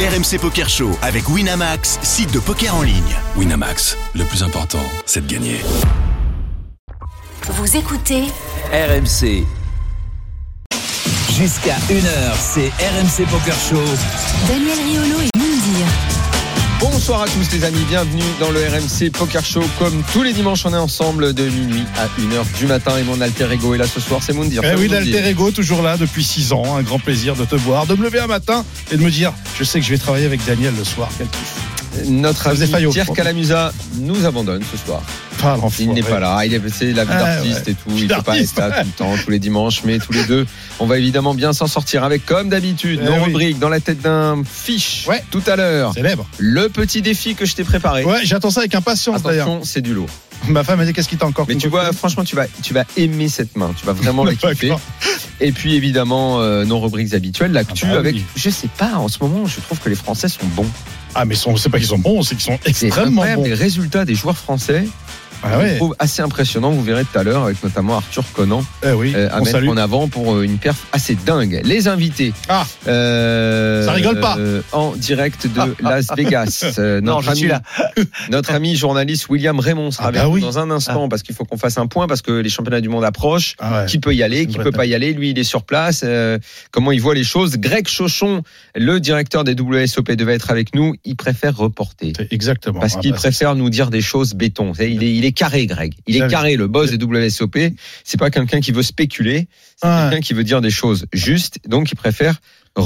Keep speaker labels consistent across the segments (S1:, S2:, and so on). S1: RMC Poker Show avec Winamax, site de poker en ligne.
S2: Winamax, le plus important, c'est de gagner.
S3: Vous écoutez
S4: RMC. Jusqu'à 1h, c'est RMC Poker Show.
S3: Daniel Riolo et Moundir.
S5: Bonsoir à tous les amis, bienvenue dans le RMC Poker Show. Comme tous les dimanches, on est ensemble de minuit à 1h du matin et mon alter ego est là ce soir, c'est Moundir.
S6: Eh
S5: Salut
S6: oui,
S5: Moundir.
S6: l'alter ego, toujours là depuis 6 ans. Un grand plaisir de te voir, de me lever un matin et de me dire je sais que je vais travailler avec Daniel le soir. Quel kiff.
S5: Notre
S6: Ça faisait faillot,
S5: ami
S6: je
S5: Pierre
S6: crois.
S5: Calamusa nous abandonne ce soir.
S6: Pas l'enfoiré.
S5: Il n'est pas là, il est c'est la vie
S6: Ah,
S5: d'artiste et tout, il peut pas
S6: D'artiste,
S5: rester là
S6: ouais.
S5: tout le temps, tous les dimanches, mais tous les deux, on va évidemment bien s'en sortir avec comme d'habitude
S6: Eh
S5: nos
S6: oui.
S5: rubriques dans la tête d'un fiche
S6: Ouais.
S5: tout à l'heure.
S6: Célèbre.
S5: Le petit défi que je t'ai préparé.
S6: Ouais, j'attends ça avec impatience d'ailleurs.
S5: Attention, c'est du lourd.
S6: Ma femme a dit qu'est-ce qui t'a encore
S5: Mais tu
S6: concocté
S5: vois, franchement, tu vas, tu vas aimer cette main. Tu vas vraiment la kiffer.
S6: D'accord.
S5: Et puis évidemment, euh, nos rubriques habituelles, l'actu
S6: Ah bah oui.
S5: avec, je sais pas, en ce moment, je trouve que les Français sont bons.
S6: Ah, mais ils sont- c'est pas qu'ils sont bons, c'est qu'ils sont
S5: C'est
S6: extrêmement
S5: incroyable,
S6: bons.
S5: les résultats des joueurs français,
S6: Ah
S5: je
S6: ouais,
S5: trouve assez impressionnants. Vous verrez tout à l'heure avec notamment Arthur Conan
S6: eh oui,
S5: euh, à
S6: on
S5: mettre
S6: salue.
S5: en avant pour euh, une perf assez dingue. Les invités.
S6: Ah.
S5: Euh,
S6: Ça rigole pas.
S5: euh, en direct de Las Vegas. Euh,
S4: Non,
S5: notre
S4: je suis
S5: ami-
S4: là.
S5: Notre ami journaliste William Raymond sera
S6: Ah
S5: avec
S6: bah
S5: nous
S6: oui.
S5: dans un instant parce qu'il faut qu'on fasse un point parce que les championnats du monde approchent.
S6: Ah ouais.
S5: qui peut y aller,
S6: une
S5: qui
S6: vraie
S5: peut pas y aller. Lui, il est sur place. euh, comment il voit les choses Greg Chauchon, le directeur des WSOP, devait être avec nous. Il préfère reporter.
S6: C'est Exactement.
S5: Parce
S6: Ah
S5: qu'il
S6: bah,
S5: préfère nous dire des choses béton. C'est- Il est, il est carré, Greg. Il est
S6: Bien
S5: carré, le boss des WSOP. C'est pas quelqu'un qui veut spéculer. C'est
S6: Ah ouais.
S5: quelqu'un qui veut dire des choses justes. Donc, il préfère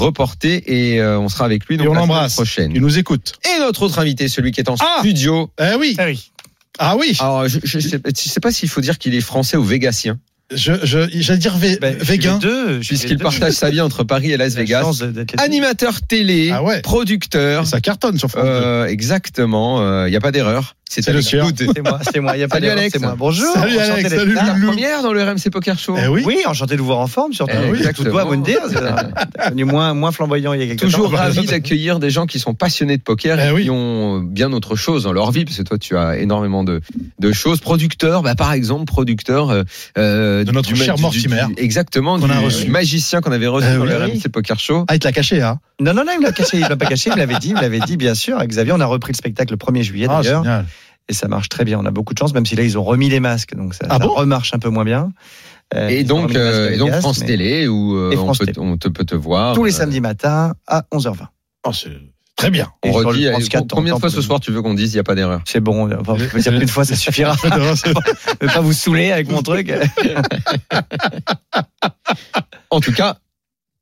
S5: reporter et euh, on sera avec lui
S6: Et
S5: donc,
S6: on
S5: la semaine
S6: l'embrasse.
S5: prochaine.
S6: Il nous écoute.
S5: Et notre autre invité, celui qui est en
S6: Ah
S5: studio.
S6: Eh oui. Ah oui.
S5: Alors, je, je, je sais, je sais pas s'il faut dire qu'il est français ou végatien.
S6: Je, je, j'allais dire vé-
S7: Ben, je suis
S6: végan.
S7: les deux, je suis les
S5: Euh, puisqu'il
S7: deux.
S5: partage sa vie entre Paris et Las
S7: J'ai la
S5: Vegas.
S7: chance de- d'être les deux.
S5: Animateur télé,
S6: Ah ouais.
S5: producteur.
S6: Ça cartonne sur France deux.
S5: Euh, exactement, il n'y a pas d'erreur.
S6: C'est le
S5: Alex
S6: sien.
S5: Good.
S7: C'est moi, c'est moi, il y a pas
S5: Salut,
S7: d'erreur,
S5: Alex.
S7: c'est moi. Bonjour.
S6: Salut,
S7: enchanté
S6: Alex,
S7: d'être
S6: salut,
S7: là.
S5: La
S6: Loulou.
S5: première dans le RMC Poker Show.
S6: Eh oui.
S7: Oui, enchanté de vous voir en forme, surtout.
S5: Eh oui,
S7: tout doigt, bonne dire. moins, moins flamboyant il y a quelques
S5: Toujours
S7: temps.
S5: ravi d'accueillir des gens qui sont passionnés de poker et
S6: Eh oui.
S5: qui ont bien autre chose dans leur vie, parce que toi tu as énormément de, de choses. Producteur, bah, par exemple, producteur euh, euh,
S6: De notre
S5: du ma-
S6: cher
S5: du- du-
S6: Mortimer.
S5: exactement,
S6: Qu'on
S5: du
S6: a reçu.
S5: magicien qu'on avait reçu
S6: Eh
S5: dans
S6: oui.
S5: le RMC Poker Show.
S6: Ah, il te l'a caché, hein.
S7: Non, non, non, il me l'a caché, il me l'a pas caché, il me l'avait dit, il me l'avait dit, bien sûr. Avec Xavier, on a repris le spectacle le 1er juillet
S6: Ah,
S7: d'ailleurs.
S6: génial.
S7: et ça marche très bien. On a beaucoup de chance, même si là, ils ont remis les masques, donc ça,
S6: Ah
S7: ça
S6: bon
S7: remarche un peu moins bien. Euh,
S5: Et
S7: ils ont
S5: donc,
S7: remis les masques à
S5: euh, et donc
S7: Vegas,
S5: France
S7: mais
S5: Télé, où euh,
S7: Et
S5: on,
S7: France
S5: peut,
S7: Télé.
S5: on te, peut te voir.
S7: Tous les
S5: euh,
S7: samedins matins à 11h20.
S6: Oh, c'est très bien.
S5: On
S7: Et sur le
S5: redit, eh,
S7: 34,
S5: combien de
S7: t'entends
S5: fois ce
S7: plus.
S5: soir tu veux qu'on dise il n'y a pas d'erreur
S7: C'est bon, enfin, je peux dire plus de fois, ça suffira. Je vais pas vous saouler avec mon truc.
S5: En tout cas,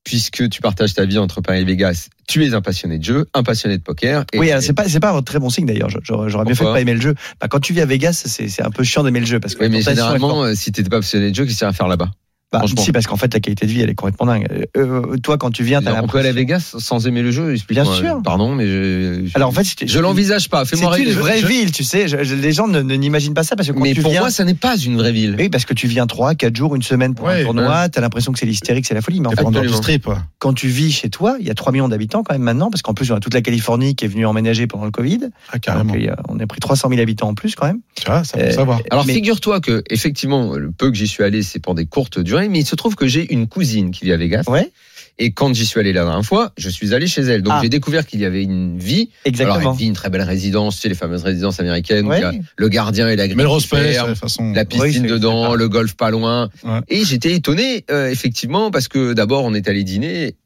S5: puisque tu partages ta vie entre Paris et Vegas, tu es un passionné de jeu, un passionné de poker. Et
S7: Oui, alors, c'est pas c'est pas un très bon signe d'ailleurs. Je- J'aurais j'aurais bien fait de
S5: Pourquoi
S7: pas aimer le jeu. Bah, quand tu vis à Vegas, c'est c'est un peu chiant d'aimer le jeu parce que
S5: Oui, mais
S7: la tentation est forte.
S5: généralement, euh, si tu n'étais pas passionné de jeu, qu'est-ce qu'il y a à faire là-bas
S7: Bah,
S5: franchement.
S7: si parce qu'en fait la qualité de vie elle est complètement dingue. Euh, euh, toi quand tu viens, t'as
S5: On peut aller à Vegas
S7: l'impression.
S5: sans aimer le jeu, explique-moi. Euh,
S7: Bien sûr.
S5: Pardon, mais je. je-
S7: Alors en fait, c'était-
S5: je l'envisage pas,
S7: C'est
S5: fais-moi
S7: une
S5: rêver.
S7: vraie
S5: Je-
S7: ville, tu sais. Je- je- les gens ne ne- n'imaginent pas ça parce que quand
S5: Mais
S7: tu
S5: pour
S7: viens,
S5: moi, ça n'est pas une vraie ville.
S7: oui, parce que tu viens trois, quatre jours, une semaine pour
S6: Ouais,
S7: un tournoi, t'as l'impression que c'est l'hystérique, c'est la folie. Mais en fait,
S6: Prendre
S5: Absolument.
S6: du strip.
S7: quand tu vis chez toi, il y a 3 millions d'habitants quand même maintenant, parce qu'en plus on a toute la Californie qui est venue emménager pendant le Covid.
S6: Ah, carrément.
S7: Donc, il y a- on a pris 300 000 habitants en plus quand même.
S6: Tu vois, ça
S7: Euh,
S6: faut savoir.
S5: Alors
S7: mais-
S5: figure-toi que effectivement le peu que j'y suis allé c'est pour des courtes durées mais il se trouve que j'ai une cousine qui vit à Vegas
S7: Ouais,
S5: et quand j'y suis allé la dernière fois je suis allé chez elle donc
S7: Ah.
S5: j'ai découvert qu'il y avait une vie Alors,
S7: exactement.
S5: elle vit une très belle résidence, tu sais, les fameuses résidences américaines. où
S7: Ouais.
S5: il y a le gardien et la grille.
S6: Mais le
S5: qui
S6: respect,
S5: ferme,
S6: de toute façon.
S5: euh, La piscine
S7: Oui, c'est- c'est
S5: dedans,
S7: pas-
S5: le golf pas loin.
S6: Ouais.
S5: Et j'étais étonné, euh, effectivement, parce que d'abord, on est allé dîner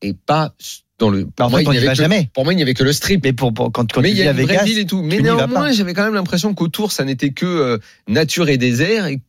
S5: et pas dans le.
S7: Bah, en fait, on
S5: il n'y
S7: n'y
S5: avait
S7: va
S5: que-
S7: jamais.
S5: pour moi, il n'y avait que le strip.
S7: Mais pour, pour- quand, quand
S5: mais
S7: tu
S5: il y
S7: vis
S5: a
S7: à
S5: une vraie
S7: Vegas,
S5: ville et tout. Mais
S7: n'y vas
S5: néanmoins,
S7: pas.
S5: j'avais quand même l'impression qu'autour, ça n'était que euh, nature et désert et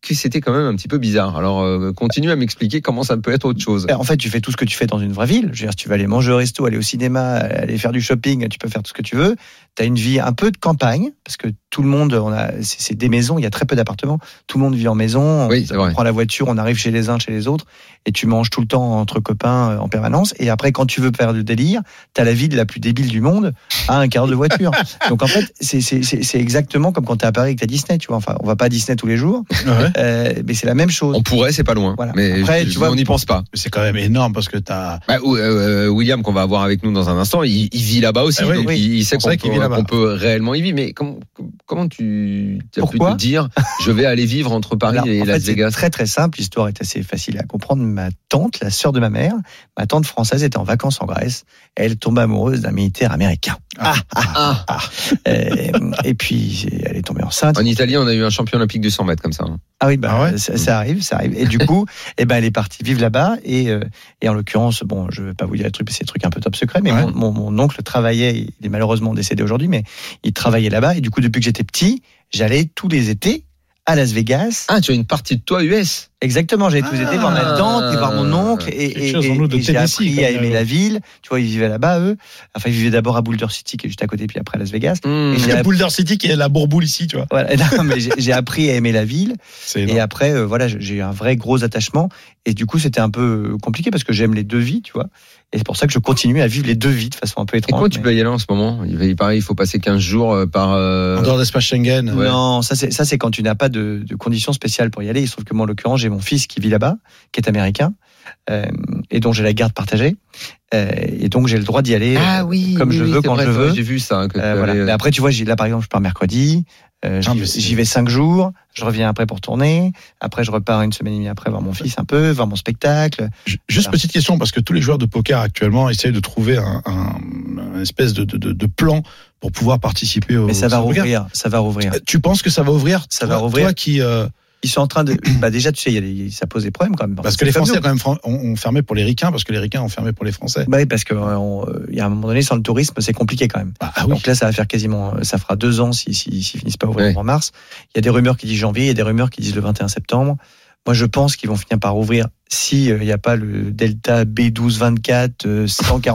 S5: que c'était quand même un petit peu bizarre. Alors, euh, continue à m'expliquer comment ça peut être autre chose.
S7: ben, en fait, tu fais tout ce que tu fais dans une vraie ville. Je veux dire, tu vas aller manger au resto, aller au cinéma, aller faire du shopping, tu peux faire tout ce que tu veux. Tu as une vie un peu de campagne, parce que tout le monde, on a, c'est c'est des maisons, il y a très peu d'appartements. Tout le monde vit en maison.
S5: Oui, c'est vrai.
S7: On prend la voiture, on arrive chez les uns, chez les autres, et tu manges tout le temps entre copains euh, en permanence. Et après, quand tu veux faire du délire, t'as la ville la plus débile du monde à un quart d'heure de voiture. Donc en fait, c'est- c'est c'est- c'est exactement comme quand t'es à Paris avec ta Disney, tu vois. Enfin, on va pas à Disney tous les jours,
S6: Ouais. Ouais.
S7: Euh, mais c'est la même chose.
S5: On pourrait, c'est pas loin.
S7: Voilà.
S5: Mais
S7: Après,
S5: je-
S7: tu vois,
S5: on n'y pense pas.
S6: Mais C'est quand même énorme parce que t'as.
S5: Bah, ou- euh, euh, William, qu'on va avoir avec nous dans un instant, il, il vit là-bas aussi.
S6: Ah oui,
S5: donc
S7: oui.
S5: il, il sait
S6: C'est
S5: qu'on
S6: vrai
S5: peut,
S6: qu'il vit là-bas.
S5: qu'on peut réellement y vivre. Mais com- com- comment tu as pu
S7: Pourquoi
S5: te dire je vais aller vivre entre Paris
S7: Alors,
S5: et
S7: en
S5: Las
S7: fait, c'est
S5: Vegas
S7: Très très simple, l'histoire est assez facile à comprendre. Ma tante, la sœur de ma mère, ma tante française était en vacances en Grèce. Elle tombe amoureuse d'un militaire américain.
S5: Ah,
S7: Euh, et puis elle est tombée enceinte.
S5: En Italie, on a eu un champion olympique du 100 mètres comme ça. hein.
S7: Ah oui, bah,
S6: Ah ouais
S7: ça, ça arrive, ça arrive. Et du coup, eh ben, elle est partie vivre là-bas. Et, euh, et en l'occurrence, bon, je vais pas vous dire le truc, parce que c'est des trucs un peu top secret, mais
S6: Ouais.
S7: mon, mon- mon oncle travaillait, il est malheureusement décédé aujourd'hui, mais il travaillait là-bas. Et du coup, depuis que j'étais petit, j'allais tous les étés à Las Vegas.
S5: Ah, tu as une partie de toi US.
S7: Exactement, j'allais tous les étés voir ma tante et voir mon oncle.
S6: Ah. Quelque
S7: Et, et,
S6: chose en
S7: et-
S6: nous de
S7: et j'ai
S6: Tennessee,
S7: appris
S6: comme
S7: à aimer
S6: la-
S7: la ville. Tu vois, ils vivaient là-bas, eux. Enfin, ils vivaient d'abord à Boulder City, qui est juste à côté, puis après à Las Vegas.
S5: Hmm.
S7: Et j'ai app-
S6: Boulder City qui est la bourboule ici, tu vois.
S7: voilà. Non, mais j'ai- j'ai appris à aimer la ville.
S6: C'est
S7: Et après, euh, voilà, j'ai- j'ai eu un vrai gros attachement. Et du coup, c'était un peu compliqué parce que j'aime les deux vies, tu vois. Et c'est pour ça que je continue à vivre les deux vies de façon un peu
S5: Et
S7: étrange.
S5: comment tu
S7: mais-
S5: peux y aller en ce moment Il il paraît il faut passer 15 jours euh, par. euh,
S6: En dehors de l'espace Schengen.
S5: Ouais.
S7: Non, ça c'est ça c'est quand tu n'as pas de, de conditions spéciales pour y aller. Il se trouve que moi, en l'occurrence, j'ai mon fils qui vit là-bas, qui est américain, euh, et dont j'ai la garde partagée, Euh, et donc j'ai le droit d'y aller. euh,
S5: Ah oui,
S7: comme je veux,
S5: c'est
S7: quand
S5: vrai,
S7: je
S5: toi,
S7: veux.
S5: J'ai vu ça. que
S7: euh,
S5: t'avais-
S7: voilà. Mais après, tu vois, j'y- là par exemple, je pars mercredi, euh,
S6: Ah,
S7: j'y-
S6: mais c'est-
S7: j'y vais cinq jours, je reviens après pour tourner, après je repars une semaine et demie après voir mon fils un peu, voir mon spectacle.
S6: Ju- Juste
S7: Voilà.
S6: petite question, parce que tous les joueurs de poker actuellement essayent de trouver un, un- un espèce de, de- de- de plan pour pouvoir participer au.
S7: Mais ça va
S6: au poker. Euh,
S7: rouvrir, ça va rouvrir.
S6: Tu penses que ça va ouvrir
S7: Ça
S6: Toi-
S7: va rouvrir.
S6: Toi qui. euh,
S7: Euh, Ils sont en train de. bah déjà, tu sais, il y a des- ça pose des problèmes quand même.
S6: parce que les Français, quand même, fran- ont, ont fermé pour les Ricains, parce que les Ricains ont fermé pour les Français.
S7: Bah oui, parce que euh, on- euh, il y a un moment donné, sans le tourisme, c'est compliqué quand même.
S6: Ah, ah oui.
S7: Donc là, ça va faire quasiment, euh, ça fera deux ans si, si, s'ils finissent pas à ouvrir
S5: Ouais.
S7: en mars. Il y a des rumeurs qui disent janvier, il y a des rumeurs qui disent le 21 septembre. Moi, je pense qu'ils vont finir par ouvrir si euh, il n'y a pas le Delta B12-24, euh,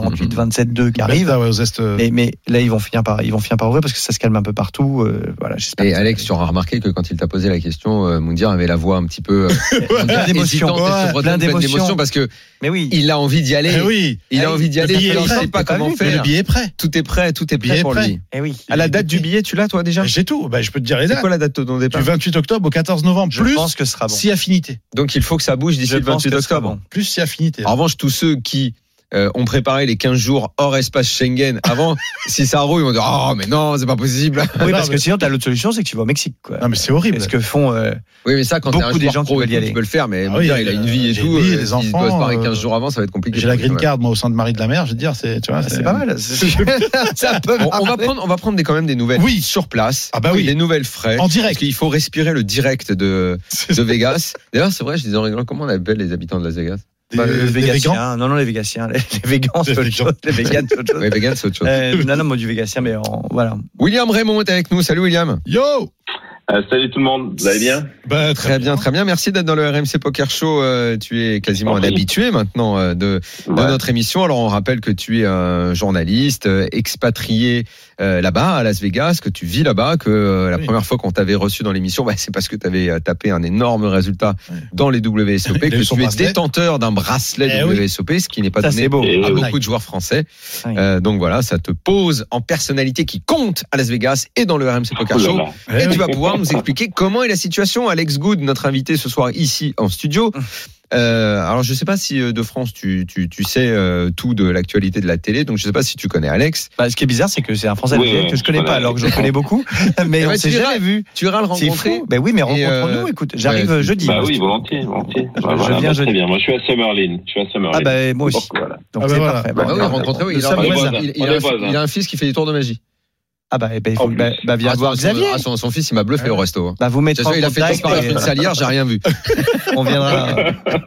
S7: 148-27-2 qui arrive.
S6: Delta, ouais, aux Est. euh,
S7: Bah, Mais, mais là, ils vont finir par, ils vont finir par ouvrir parce que ça se calme un peu partout. euh, voilà, j'espère.
S5: Et
S7: que ça-
S5: Alex, tu auras remarqué que quand il t'a posé la question, euh, Moundir avait la voix un petit peu euh,
S7: Plein d'émotions.
S5: hésitante et
S7: Ouais,
S5: sur-
S7: plein
S5: pleine d'émotion
S7: d'émotions.
S5: parce que
S7: mais oui.
S5: il a envie d'y aller.
S6: eh oui,
S5: Il a envie d'y
S6: Le
S5: aller.
S6: billet
S5: mais
S6: est
S5: Il ne
S6: prêt,
S5: sait pas
S7: t'as pas
S5: comment
S7: vu
S6: mais le
S5: faire.
S6: billet est prêt.
S5: Tout est prêt, tout est
S6: Billet
S5: prêt pour
S6: prêt.
S5: lui.
S7: Eh oui.
S5: À la date du billet, tu l'as toi déjà
S6: J'ai tout. Bah, je peux te dire les
S5: C'est
S6: dates.
S5: quoi la date de ton
S6: Du
S5: départ
S6: 28 octobre au 14 novembre.
S7: Je
S6: Plus
S7: pense que ce
S5: Ah
S7: sera bon.
S6: si affinité.
S5: Donc il faut que ça bouge d'ici
S7: Je
S5: le
S7: pense
S5: 28
S7: que ce sera
S5: octobre.
S7: bon.
S6: Plus si affinité.
S5: En revanche, tous ceux qui euh, ont préparé les 15 jours hors espace Schengen avant, si ça roule, ils vont dire Oh, mais non, c'est pas possible.
S7: Oui,
S6: Non,
S7: parce
S6: mais-
S7: que sinon, t'as l'autre solution, c'est que tu vas au Mexique. Quoi.
S6: Non, mais c'est horrible.
S7: Et ce que font. euh,
S5: Oui, mais ça, quand t'es un
S7: Beaucoup des
S5: joueur
S7: gens qui
S5: pro et
S7: veulent
S5: tout,
S7: y aller.
S5: tu peux le faire, mais
S6: Ah
S5: bon,
S6: oui,
S5: dire, il a une vie et
S6: j'ai
S5: tout.
S6: une vie,
S5: euh,
S6: les
S5: S'il se
S6: enfants,
S5: doit se barrer
S6: euh,
S5: 15 jours avant, ça va être compliqué.
S6: J'ai la green card, moi, au sein de Marie de la Mer. Je veux dire, c'est, tu vois,
S5: Ah,
S7: C'est pas mal. C'est c'est un peu
S5: On, on va
S7: marré.
S5: prendre, on va prendre des, quand même des nouvelles
S6: Oui.
S5: sur place.
S6: Ah bah oui.
S5: Des nouvelles frais.
S6: En
S5: Parce
S6: direct.
S5: qu'il faut respirer le direct de,
S6: C'est
S5: de Vegas. D'ailleurs, c'est vrai, je disais en rigolant, comment on appelle les habitants de Las Vegas
S6: des-
S7: Bah,
S6: des
S7: le
S6: végans.
S7: végacien. Non, non, les végasiens. Les, les végans, c'est
S6: Les
S7: autre
S6: végans.
S7: chose. Les véganes, c'est autre chose.
S5: Oui, Vegas, c'est autre chose.
S7: Euh, non, non, moi du végacien, mais en- voilà.
S5: William Raymond est avec nous. Salut, William.
S6: Yo!
S8: Euh, salut tout le monde, vous allez bien
S6: Bah,
S5: Très bien, très bien. Merci d'être dans le RMC Poker Show. Euh, tu es quasiment
S8: Je
S5: un
S8: t'en prie.
S5: habitué maintenant euh, de, de
S8: Ouais.
S5: notre émission. Alors, on rappelle que tu es un journaliste euh, expatrié euh, là-bas, à Las Vegas, que tu vis là-bas, que euh, la
S6: Oui.
S5: première fois qu'on t'avait reçu dans l'émission, bah, c'est parce que tu avais tapé un énorme résultat
S6: Oui.
S5: dans les WSOP,
S6: Il a eu
S5: que
S6: son
S5: tu es
S6: bracelet.
S5: détenteur d'un bracelet
S6: Eh oui.
S5: WSOP, ce qui n'est pas
S7: Ça,
S5: donné
S7: c'est beau.
S5: à
S8: Et
S5: beaucoup
S6: oui.
S5: de joueurs français.
S7: Oui.
S5: Euh, donc voilà, ça te pose en personnalité qui compte à Las Vegas et dans le RMC Poker
S8: Oh là
S5: Show.
S8: là.
S5: Et
S6: Eh
S5: tu
S6: oui.
S5: vas pouvoir nous expliquer comment est la situation. Alex Good, notre invité ce soir ici en studio. Euh, alors, je ne sais pas si euh, de France, tu, tu, tu sais euh, tout de l'actualité de la télé, donc je ne sais pas si tu connais Alex.
S7: Bah, ce qui est bizarre, c'est que c'est un Français
S8: Oui,
S7: que je
S8: oui,
S7: connais
S8: voilà.
S7: pas, alors que je le connais beaucoup. Mais
S5: Eh
S7: on
S5: ben,
S7: s'est
S5: tu iras-
S7: jamais vu.
S5: Tu iras le
S7: C'est
S5: rencontrer.
S7: fou. Ben oui, mais
S5: euh,
S7: rencontrons-nous. Écoute, j'arrive
S5: ouais,
S7: jeudi.
S8: Bah
S7: moi,
S8: oui,
S7: si tu veux.
S8: volontiers, volontiers.
S7: Je-
S8: Bah,
S7: je
S8: voilà,
S7: viens
S8: bah,
S7: jeudi.
S8: Très bien, moi je suis à Summerlin. Je suis à Summerlin.
S7: Ah bah moi aussi.
S8: Donc, voilà.
S7: Donc
S6: Ah, bah,
S7: c'est
S6: voilà.
S7: parfait.
S5: Bah oui,
S7: Bon,
S5: rencontrer, oui,
S7: nous
S5: il, a,
S7: sommes
S5: il-
S8: voisins.
S7: voisins.
S5: il- il a
S8: On est
S5: un, fi-
S8: voisins.
S5: il a un fils qui fait des tours de magie.
S7: Ah bah, eh ben, il faut
S8: En
S7: que- bah, bah, viens
S5: Ah,
S7: voir
S5: son-
S7: Xavier.
S5: ah, son, son fils, il m'a bluffé au resto. hein.
S7: Bah, vous
S5: Je
S7: mettre
S5: sais,
S7: en
S5: il a fait
S7: contact.
S5: disparaître
S7: et
S5: une salière, j'ai rien vu.
S7: On viendra.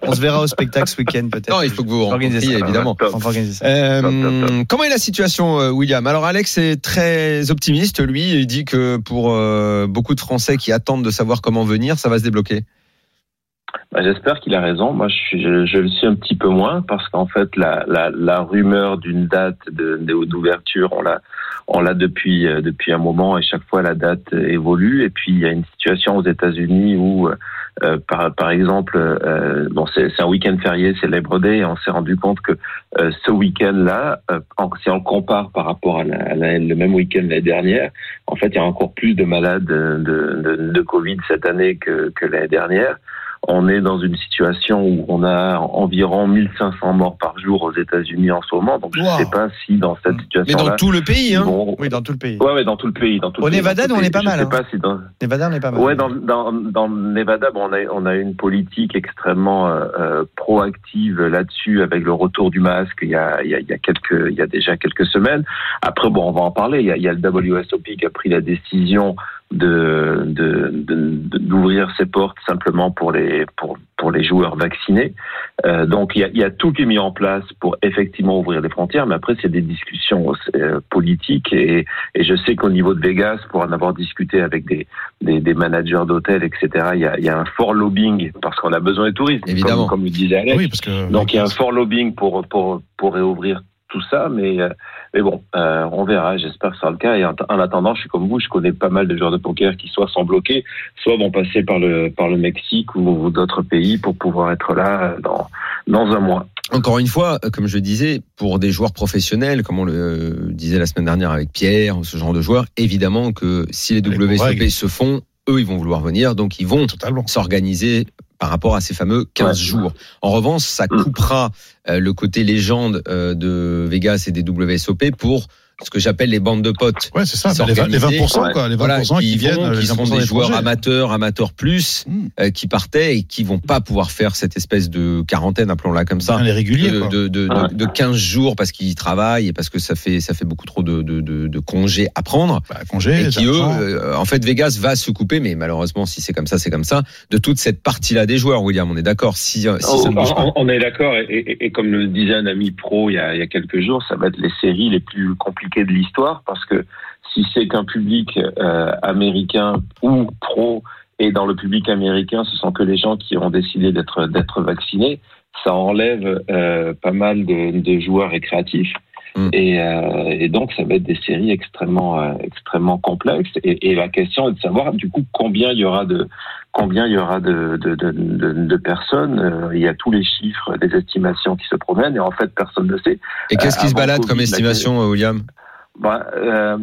S7: On se verra au spectacle ce week-end peut-être.
S5: Non, il faut que vous vous
S7: Organisez
S5: rencontriez,
S7: ça.
S5: évidemment.
S8: Top.
S7: On va organiser ça.
S5: Euh,
S8: Top, top,
S5: comment est la situation, euh, William Alors Alex est très optimiste, lui. Il dit que pour euh, beaucoup de Français qui attendent de savoir comment venir, ça va se débloquer.
S8: Bah, J'espère qu'il a raison. Moi, je, suis- je, je le suis un petit peu moins parce qu'en fait, la, la, la rumeur d'une date de- de- d'ouverture, on l'a, on l'a depuis euh, depuis un moment et chaque fois la date euh, évolue. Et puis il y a une situation aux États-Unis où, euh, euh, par par exemple, euh, bon, c'est c'est un week-end férié, c'est Labor Day, et on s'est rendu compte que euh, ce week-end-là, euh, en- si on le compare par rapport à, la- à la- le même week-end l'année dernière, en fait, il y a encore plus de malades euh, de, de, de Covid cette année que, que l'année dernière. On est dans une situation où on a environ 1500 morts par jour aux États-Unis en ce moment. Donc, je ne
S6: Wow.
S8: sais pas si dans cette
S5: Mais
S8: situation-là.
S5: dans tout le pays,
S8: ils
S5: hein.
S8: vont-
S7: Oui, dans tout le pays.
S8: Ouais, ouais, dans tout le pays. Dans tout
S7: Au
S8: le pays,
S7: Nevada,
S8: dans tout
S7: on
S8: le
S7: est
S8: pays.
S7: pas mal,
S8: Je
S7: hein.
S8: sais pas si dans,
S7: Nevada, on est pas mal.
S8: Ouais, dans, dans, dans le Nevada, bon, on, a, on a une politique extrêmement euh, euh, proactive là-dessus avec le retour du masque il y, a, il, y a, il y a quelques, il y a déjà quelques semaines. Après, bon, on va en parler. Il y a, il y a le WSOP qui a pris la décision de de- de- de- d'ouvrir ses portes simplement pour les pour pour les joueurs vaccinés. Euh, donc il y a, il y a tout qui est mis en place pour effectivement ouvrir les frontières, mais après c'est des discussions euh, politiques et, et je sais qu'au niveau de Vegas, pour en avoir discuté avec des des, des managers d'hôtels, etc. Il y, a, il y a un fort lobbying parce qu'on a besoin des touristes, comme-
S5: Évidemment.
S8: Comme, le disait Alex.
S6: Oui, parce que.
S8: Donc il y a un fort lobbying pour pour pour réouvrir tout ça, mais euh, mais bon, euh, on verra. J'espère que ce sera le cas. Et en, en attendant, je suis comme vous, je connais pas mal de joueurs de poker qui soit sont bloqués, soit vont passer par le par le Mexique ou, ou d'autres pays pour pouvoir être là euh, dans dans un mois.
S5: Encore une fois, euh, comme je le disais, pour des joueurs professionnels, comme on le euh, disait la semaine dernière avec Pierre, ce genre de joueurs, évidemment que si les
S6: Avec Bourreg.
S5: WSOP se font, eux, ils vont vouloir venir, donc ils vont
S6: Totalement.
S5: s'organiser par rapport à ces fameux 15
S8: Ouais.
S5: jours. En revanche, ça
S6: Mm.
S5: coupera euh, le côté légende euh, de Vegas et des WSOP pour ce que j'appelle les bandes de potes.
S6: Ouais, c'est ça.
S5: Ils sont
S6: mais Les, vingt- les 20%,
S5: organisés.
S6: quoi. Les 20%
S5: Voilà, qui,
S6: qui viennent.
S5: vont,
S6: euh,
S5: qui
S6: les
S5: sont
S6: 20%
S5: des joueurs
S6: étrangers.
S5: amateurs, amateurs plus,
S6: Mmh.
S5: euh, qui partaient et qui vont pas pouvoir faire cette espèce de quarantaine, appelons-la comme ça, Euh,
S6: Hein, Les réguliers,
S5: de,
S6: quoi.
S5: de, de,
S8: Ah Ouais.
S5: de- de 15 jours parce qu'ils travaillent et parce que ça fait, ça fait beaucoup trop de, de, de, de congés à prendre.
S6: Bah, congé,
S5: Et
S6: les
S5: qui, eux,
S6: absents.
S5: euh, en fait, Vegas va se couper, mais malheureusement, si c'est comme ça, c'est comme ça, de toute cette partie-là des joueurs, William, on est d'accord, si, euh, si ça ne bouge pas.
S8: on, on est d'accord, et, et- et comme le disait un ami pro il y, a, il y a quelques jours, ça va être les séries les plus compliquées de l'histoire parce que si c'est qu'un public euh, américain ou pro, et dans le public américain, ce sont que les gens qui ont décidé d'être d'être vaccinés, ça enlève euh, pas mal de, de joueurs récréatifs.
S5: Mm.
S8: Et, euh, et donc, ça va être des séries extrêmement, euh, extrêmement complexes. Et, et la question est de savoir, du coup, combien il y aura de, combien il y aura de, de, de, de, de personnes. Euh, Il y a tous les chiffres des estimations qui se promènent et en fait, personne ne sait.
S5: Et qu'est-ce qui se
S8: ah, avant
S5: balade comme
S8: Covid,
S5: estimation, euh, William
S8: Bah, euh,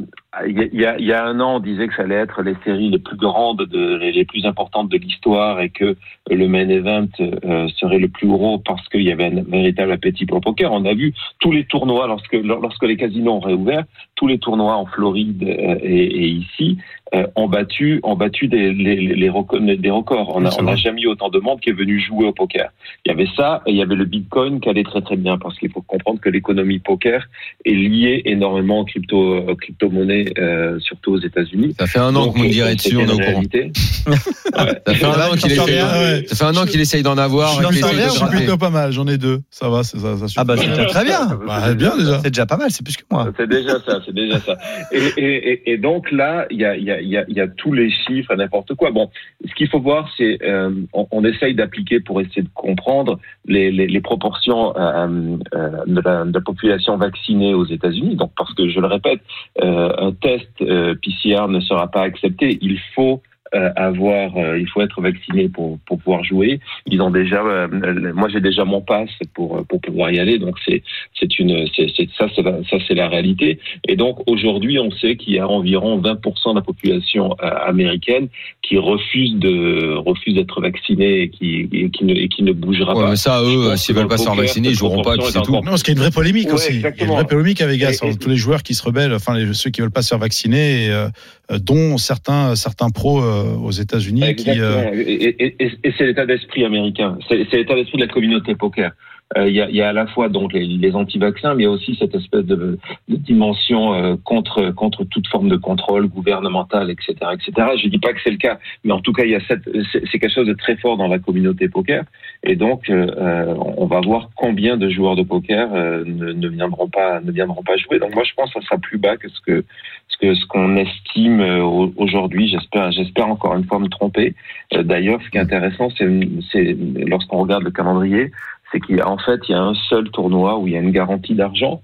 S8: Il y, a- il y a, il y a un an, on disait que ça allait être les séries les plus grandes, de, les les plus importantes de l'histoire et que le main event euh, serait le plus gros parce qu'il y avait un véritable appétit pour le poker. On a vu tous les tournois, lorsque, lor- lorsque les casinos ont réouvert, tous les tournois en Floride euh, et, et ici euh, ont battu, ont battu des, les, les- les records, des records. On a- on n'a jamais eu autant de monde qui est venu jouer au poker. Il y avait ça et il y avait le Bitcoin qui allait très très bien parce qu'il faut comprendre que l'économie poker est liée énormément aux crypto, aux crypto-monnaies, euh, surtout aux États-Unis.
S5: Ça fait un an
S8: Donc,
S5: qu'on le
S8: euh,
S5: dirait dessus,
S8: c'était
S5: on est au
S8: une
S5: courant.
S8: réalité.
S5: Ça fait un
S6: Ouais,
S5: an qu'il
S6: je
S5: essaye,
S6: reviens,
S5: d'en-
S6: ouais.
S5: ça fait un an qu'il essaye d'en
S7: Je
S5: avoir. et
S7: n'en
S5: qu'il
S7: sais
S5: essaye
S7: rien,
S5: de
S6: je suis
S5: gratter.
S6: plutôt pas mal. J'en ai deux. Ça va, c'est ça. ça suffit.
S7: Ah bah, c'est très bien.
S6: Bah, bien déjà.
S7: C'est déjà pas mal, c'est plus que moi.
S8: C'est déjà ça, c'est déjà ça. Et, et- et- et donc là, il y a, il y, a, il y, a, il y a tous les chiffres, à n'importe quoi. Bon, ce qu'il faut voir, c'est euh, on, on essaye d'appliquer pour essayer de comprendre les, les, les proportions euh, euh, de, la, de la population vaccinée aux États-Unis. Donc, parce que je le répète, euh, un test euh, PCR ne sera pas accepté. Il faut euh, avoir, euh, il faut être vacciné pour pour pouvoir jouer. Ils ont déjà, euh, le- moi j'ai déjà mon pass pour euh, pour pouvoir y aller. Donc c'est c'est une, c'est c'est- ça c'est la, ça c'est la réalité. Et donc aujourd'hui on sait qu'il y a environ 20% de la population euh, américaine qui refuse de refuse d'être vaccinée et qui et qui ne et qui ne bougera
S5: Ouais,
S8: pas.
S5: mais ça,
S8: Je
S5: eux,
S8: pense
S5: s'ils
S8: que
S5: veulent
S8: dans
S5: pas
S8: le
S5: se faire
S8: poker,
S5: vacciner, ils
S8: cette
S5: joueront pas, et puis
S8: proportion
S5: c'est
S8: est
S5: tout.
S8: encore
S6: Non, parce qu'il y a une vraie polémique
S8: Ouais,
S6: aussi. Il y a
S8: exactement.
S6: une vraie polémique à Vegas.
S8: Et- et-
S6: entre tous les joueurs qui se rebellent, enfin les, ceux qui veulent pas se faire vacciner, et, euh, euh, dont certains, certains pros euh, aux États-Unis qui. euh,
S8: Exactement. Et, et- et- et c'est l'état d'esprit américain. C'est c'est l'état d'esprit de la communauté poker. euh, il y, a, il y a à la fois donc les, les anti-vaccins, mais il y a aussi cette espèce de, de dimension euh, contre contre toute forme de contrôle gouvernemental, etc., etc. Je dis pas que c'est le cas, mais en tout cas, il y a cette c'est c'est quelque chose de très fort dans la communauté poker, et donc euh, euh, on va voir combien de joueurs de poker euh, ne, ne viendront pas ne viendront pas jouer. Donc moi, je pense que ça sera plus bas que ce que ce que ce qu'on estime euh, au- aujourd'hui. J'espère j'espère encore une fois me tromper. Euh, D'ailleurs, ce qui est intéressant, c'est c'est lorsqu'on regarde le calendrier c'est qu'il y a en fait il y a un seul tournoi où il y a une garantie d'argent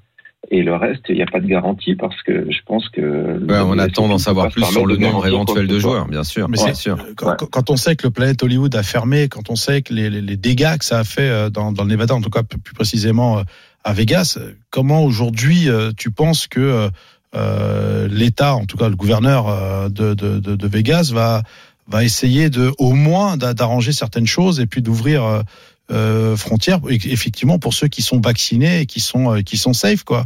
S8: et le reste il n'y a pas de garantie parce que je pense que
S5: Ouais, Ben, on attend d'en savoir plus sur le nombre éventuel de joueurs, bien sûr.
S6: Mais
S5: bien
S6: c'est-
S5: sûr.
S6: Quand,
S8: Ouais.
S6: quand- quand on sait que le planète Hollywood a fermé, quand on sait que les, les- les dégâts que ça a fait euh, dans, dans le Nevada, en tout cas plus plus précisément euh, à Vegas, euh, comment aujourd'hui euh, tu penses que euh, euh, l'État, en tout cas le gouverneur euh, de, de- de- de Vegas, va, va essayer de, au moins d'a- d'arranger certaines choses et puis d'ouvrir euh, euh, frontières, et- effectivement, pour ceux qui sont vaccinés et qui sont, euh, qui sont safe, quoi.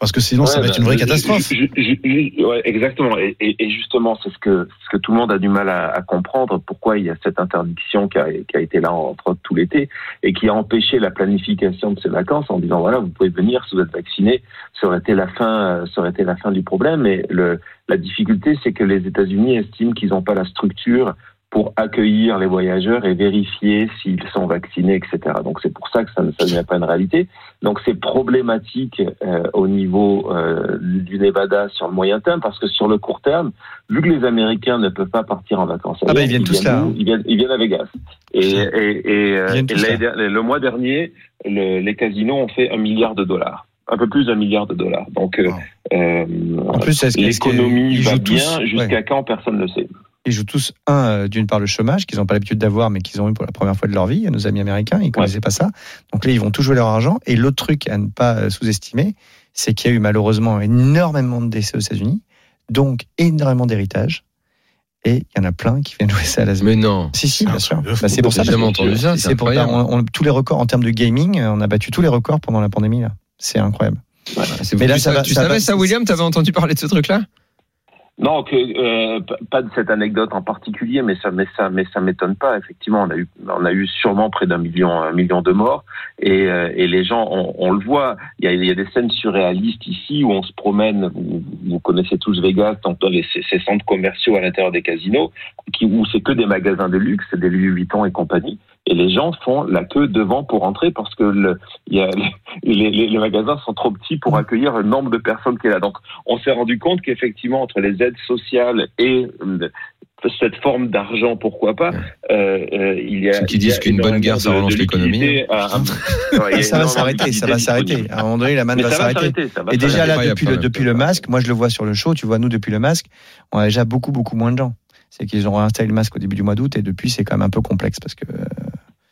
S6: Parce que sinon, ça
S8: Ouais,
S6: va être
S8: bah,
S6: une vraie
S8: ju-
S6: catastrophe.
S8: ju- ju- ju- ouais, exactement. Et, et- et justement, c'est ce que, ce que tout le monde a du mal à, à comprendre, pourquoi il y a cette interdiction qui a, qui a été là entre autres tout l'été et qui a empêché la planification de ces vacances en disant voilà, vous pouvez venir si vous êtes vacciné. Ça aurait été la fin, euh, ça aurait été la fin du problème. Mais le, la difficulté, c'est que les États-Unis estiment qu'ils n'ont pas la structure pour accueillir les voyageurs et vérifier s'ils sont vaccinés, etc. Donc c'est pour ça que ça ne ça devient pas une réalité. Donc c'est problématique euh, au niveau euh, du Nevada sur le moyen terme, parce que sur le court terme, vu que les Américains ne peuvent pas partir en vacances,
S7: Ah bah,
S8: ailleurs,
S7: ils viennent tous là,
S8: où
S7: hein.
S8: Ils viennent, ils viennent à Vegas. Et, et, et, euh,
S7: Ils viennent
S8: et
S7: tous
S8: l'année
S7: là.
S8: dernière- le mois dernier, le- les casinos ont fait un milliard de dollars, un peu plus d'un milliard de dollars. Donc euh,
S6: Wow.
S8: euh,
S7: En plus, est-ce que- est-ce que-
S8: l'économie
S7: ils
S8: va
S7: jouent tous-
S8: bien, jusqu'à
S7: ouais.
S8: quand personne ne le sait.
S7: Ils jouent tous, un, euh, d'une part le chômage, qu'ils n'ont pas l'habitude d'avoir, mais qu'ils ont eu pour la première fois de leur vie, nos amis américains, ils ne connaissaient pas ça. Donc là, ils vont tout jouer leur argent. Et l'autre truc à ne pas euh, sous-estimer, c'est qu'il y a eu malheureusement énormément de décès aux États-Unis, donc énormément d'héritage. Et il y en a plein qui viennent jouer ça à Las
S5: Mais
S7: Vegas.
S5: non.
S7: Si,
S6: C'est
S7: si,
S6: un
S7: bien
S6: truc
S7: sûr.
S6: de fou.
S7: Bah, c'est pour ça.
S5: J'ai jamais
S7: parce que-
S5: entendu ça, c'est
S7: C'est pour ça.
S5: incroyable.
S7: On, on- tous les records en termes de gaming, euh, on a battu tous les records pendant la pandémie là. C'est incroyable.
S5: C'est-
S7: Mais là,
S5: tu
S7: ça
S5: savais,
S7: va-
S5: tu
S7: ça
S5: savais
S7: va-
S5: ça, William T'avais entendu parler de ce truc-là
S8: Non, que, euh, p- pas de cette anecdote en particulier, mais ça, mais ça, mais ça m'étonne pas. Effectivement, on a eu, on a eu sûrement près d'un million, un million de morts, et, euh, et les gens, on, on le voit. Il y a, il y a des scènes surréalistes ici où on se promène. Vous, vous connaissez tous Vegas, dans dans les- ces, ces centres commerciaux à l'intérieur des casinos, qui, où c'est que des magasins de luxe, des Louis Vuitton et compagnie. Et les gens font la queue devant pour entrer parce que le, il y a, les, les- les magasins sont trop petits pour accueillir le nombre de personnes qu'il y a là. Donc, on s'est rendu compte qu'effectivement, entre les aides sociales et euh, cette forme d'argent, pourquoi pas, euh, euh, il y a.
S5: Ceux qui
S8: il y a
S5: disent qu'une bonne guerre, ça
S8: énormément
S5: relance
S8: de- de
S5: l'économie. hein.
S8: liquidités à- à- Ouais, il y a
S7: ça va
S8: énormément de
S7: s'arrêter. Ça va
S8: liquidités
S7: s'arrêter.
S8: disponibles.
S7: À un moment donné, la manne
S8: Mais
S7: va
S8: ça va
S7: s'arrêter.
S8: s'arrêter. ça va
S7: Et déjà
S8: s'arrêter.
S7: là,
S5: incroyable,
S7: depuis
S5: quand
S7: le,
S5: même.
S7: depuis le masque, moi je le vois sur le show, tu vois, nous depuis le masque, on a déjà beaucoup, beaucoup moins de gens. C'est qu'ils ont réinstallé le masque au début du mois d'août et depuis c'est quand même un peu complexe parce que, euh,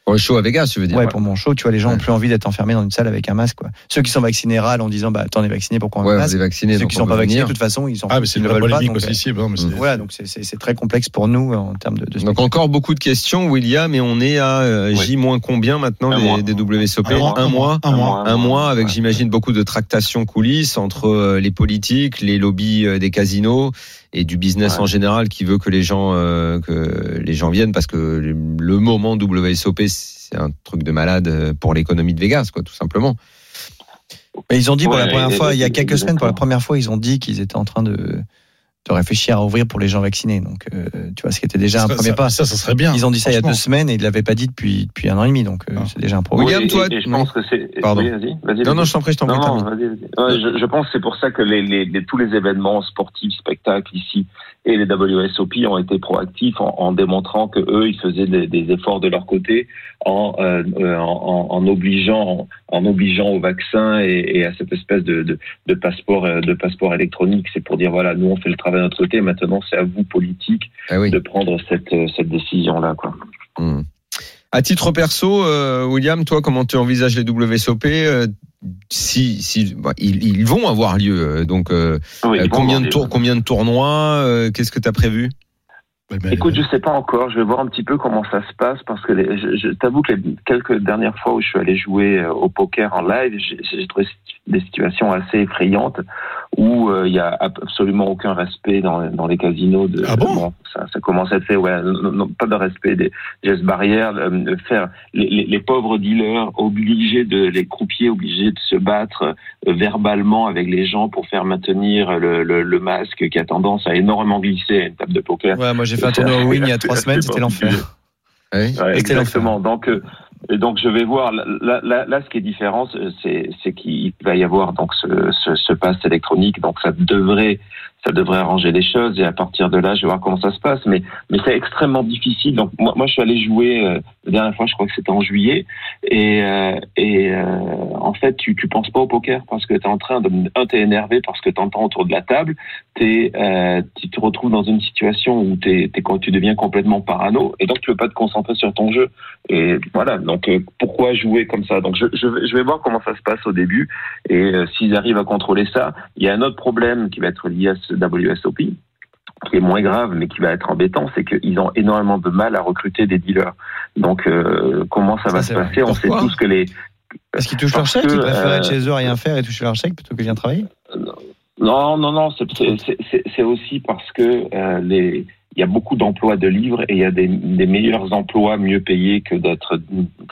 S5: Pour le show à Vegas, tu veux dire
S7: ouais, pour mon show, tu vois, les gens
S5: Ouais.
S7: ont plus envie d'être enfermés dans une salle avec un masque, quoi. Ceux qui sont vaccinés râlent en disant, bah, attends, on est vacciné, pourquoi on a
S5: Ouais,
S7: un
S5: vous
S7: masque?
S5: êtes vaccinés,
S7: Ceux
S5: donc
S7: qui
S5: on
S7: sont
S5: peut
S7: pas vaccinés,
S5: venir.
S7: de toute façon, ils sont,
S6: Ah, mais c'est
S7: ils
S6: une
S7: ne
S6: vraie
S7: veulent pas.
S6: polémique
S7: Donc,
S6: aussi. ici.
S7: euh,
S6: Non, mais c'est-
S7: voilà, donc c'est- c'est c'est très complexe pour nous euh, en termes de, de
S5: Donc encore beaucoup de questions, William, et on est à euh,
S8: Oui.
S5: J moins combien maintenant
S8: Un mois.
S5: des, des WSOP
S6: Un mois.
S5: mois.
S6: Un mois.
S5: Un mois avec,
S8: Ah, Ouais.
S5: j'imagine, beaucoup de tractations coulisses entre euh, les politiques, les lobbies euh, des casinos et du business
S8: Ouais.
S5: en général qui veut que les gens euh, que les gens viennent parce que le moment WSOP c'est un truc de malade euh, pour l'économie de Vegas, quoi, tout simplement.
S7: Mais ils ont dit pour la
S8: Ouais,
S7: première
S8: et-
S7: fois, il y a
S8: et-
S7: quelques
S8: et-
S7: semaines, pour la
S8: d'accord.
S7: première fois, ils ont dit qu'ils étaient en train de, de réfléchir à ouvrir pour les gens vaccinés. Donc, euh, tu vois, ce qui était déjà un
S6: ça-
S7: premier
S6: ça-
S7: pas.
S6: Ça, ça serait bien.
S7: Ils ont dit ça il y a deux
S6: franchement.
S7: semaines et ils ne l'avaient pas dit depuis, depuis un an et demi. Donc, euh,
S6: Ah.
S7: c'est déjà un progrès.
S5: William,
S8: Oui, et-
S5: toi,
S8: et je
S5: oui.
S8: pense que c'est.
S5: Pardon.
S8: Oui, vas-y, vas-y,
S5: Non, non,
S8: vas-y.
S5: je t'en prie, je t'en prie.
S8: Non, non,
S5: termine.
S8: vas-y, vas-y. Ouais, je, je pense que c'est pour ça que les, les- les- tous les événements sportifs, spectacles ici et les WSOP ont été proactifs en, en démontrant que eux, ils faisaient des, des efforts de leur côté en, euh, euh, en, en- en obligeant, en, obligeant au vaccin et, et à cette espèce de, de, de passeport, euh, de passeport électronique. C'est pour dire voilà, nous on fait le travail de notre côté. Maintenant, c'est à vous politiques
S5: Ah oui.
S8: de prendre cette, euh, cette décision là, quoi.
S5: Hmm. À titre perso, euh, William, toi, comment tu envisages les WSOP euh, si, si, bah, ils, ils vont avoir lieu. euh, Donc, euh,
S8: Oui,
S5: euh,
S8: bon,
S5: combien, de
S8: bon,
S5: tours, combien de tournois euh, Qu'est-ce que tu as prévu
S6: Ouais, bah, mais-
S8: Écoute, je sais pas encore. Je vais voir un petit peu comment ça se passe parce que les- je, je t'avoue que les quelques dernières fois où je suis allé jouer euh, au poker en live, j'ai j'ai trouvé des situations assez effrayantes où euh, il n'y a absolument aucun respect dans, dans les casinos. De,
S6: Ah bon
S8: ça, ça commence à être fait, ouais, non, non, pas de respect des gestes barrières, euh, faire les, les- les pauvres dealers obligés de, les croupiers obligés de se battre euh, verbalement avec les gens pour faire maintenir le, le- le masque qui a tendance à énormément glisser à une table de poker.
S7: Ouais, moi j'ai fait un tournoi au win il y a trois semaines, c'était l'enfer.
S5: Ouais.
S8: Ouais,
S7: Excellent.
S8: exactement. Donc, euh, et donc je vais voir. Là, là, là ce qui est différent, c'est c'est qu'il va y avoir donc ce, ce, ce pass électronique. Donc, ça devrait, ça devrait arranger les choses. Et à partir de là, je vais voir comment ça se passe. Mais, mais c'est extrêmement difficile. Donc, moi, moi, je suis allé jouer euh, la dernière fois. Je crois que c'était en juillet. Et, euh, et euh, en fait, tu, tu penses pas au poker parce que t'es en train de, un, t'es énervé parce que t'entends autour de la table. T'es, euh, tu te retrouves dans une situation où t'es, t'es, tu deviens complètement parano et donc tu peux pas te concentrer sur ton jeu. Et voilà, donc euh, pourquoi jouer comme ça Donc je, je, vais- je vais voir comment ça se passe au début et euh, s'ils arrivent à contrôler ça, il y a un autre problème qui va être lié à ce WSOP qui est moins grave mais qui va être embêtant, c'est qu'ils ont énormément de mal à recruter des dealers. Donc euh, comment ça,
S7: Ça,
S8: va
S7: c'est
S8: se
S7: vrai.
S8: passer On sait
S5: Pourquoi
S8: tous que les
S7: Parce qu'ils touchent leur
S8: Parce
S7: chèque, ils
S8: que,
S7: préfèrent
S8: euh,
S7: être chez eux à rien faire et toucher leur chèque plutôt que venir travailler.
S8: Non, non, non, c'est- c'est- c'est c'est- c'est aussi parce que euh, les, il y a beaucoup d'emplois de livres et il y a des, des meilleurs emplois mieux payés que d'être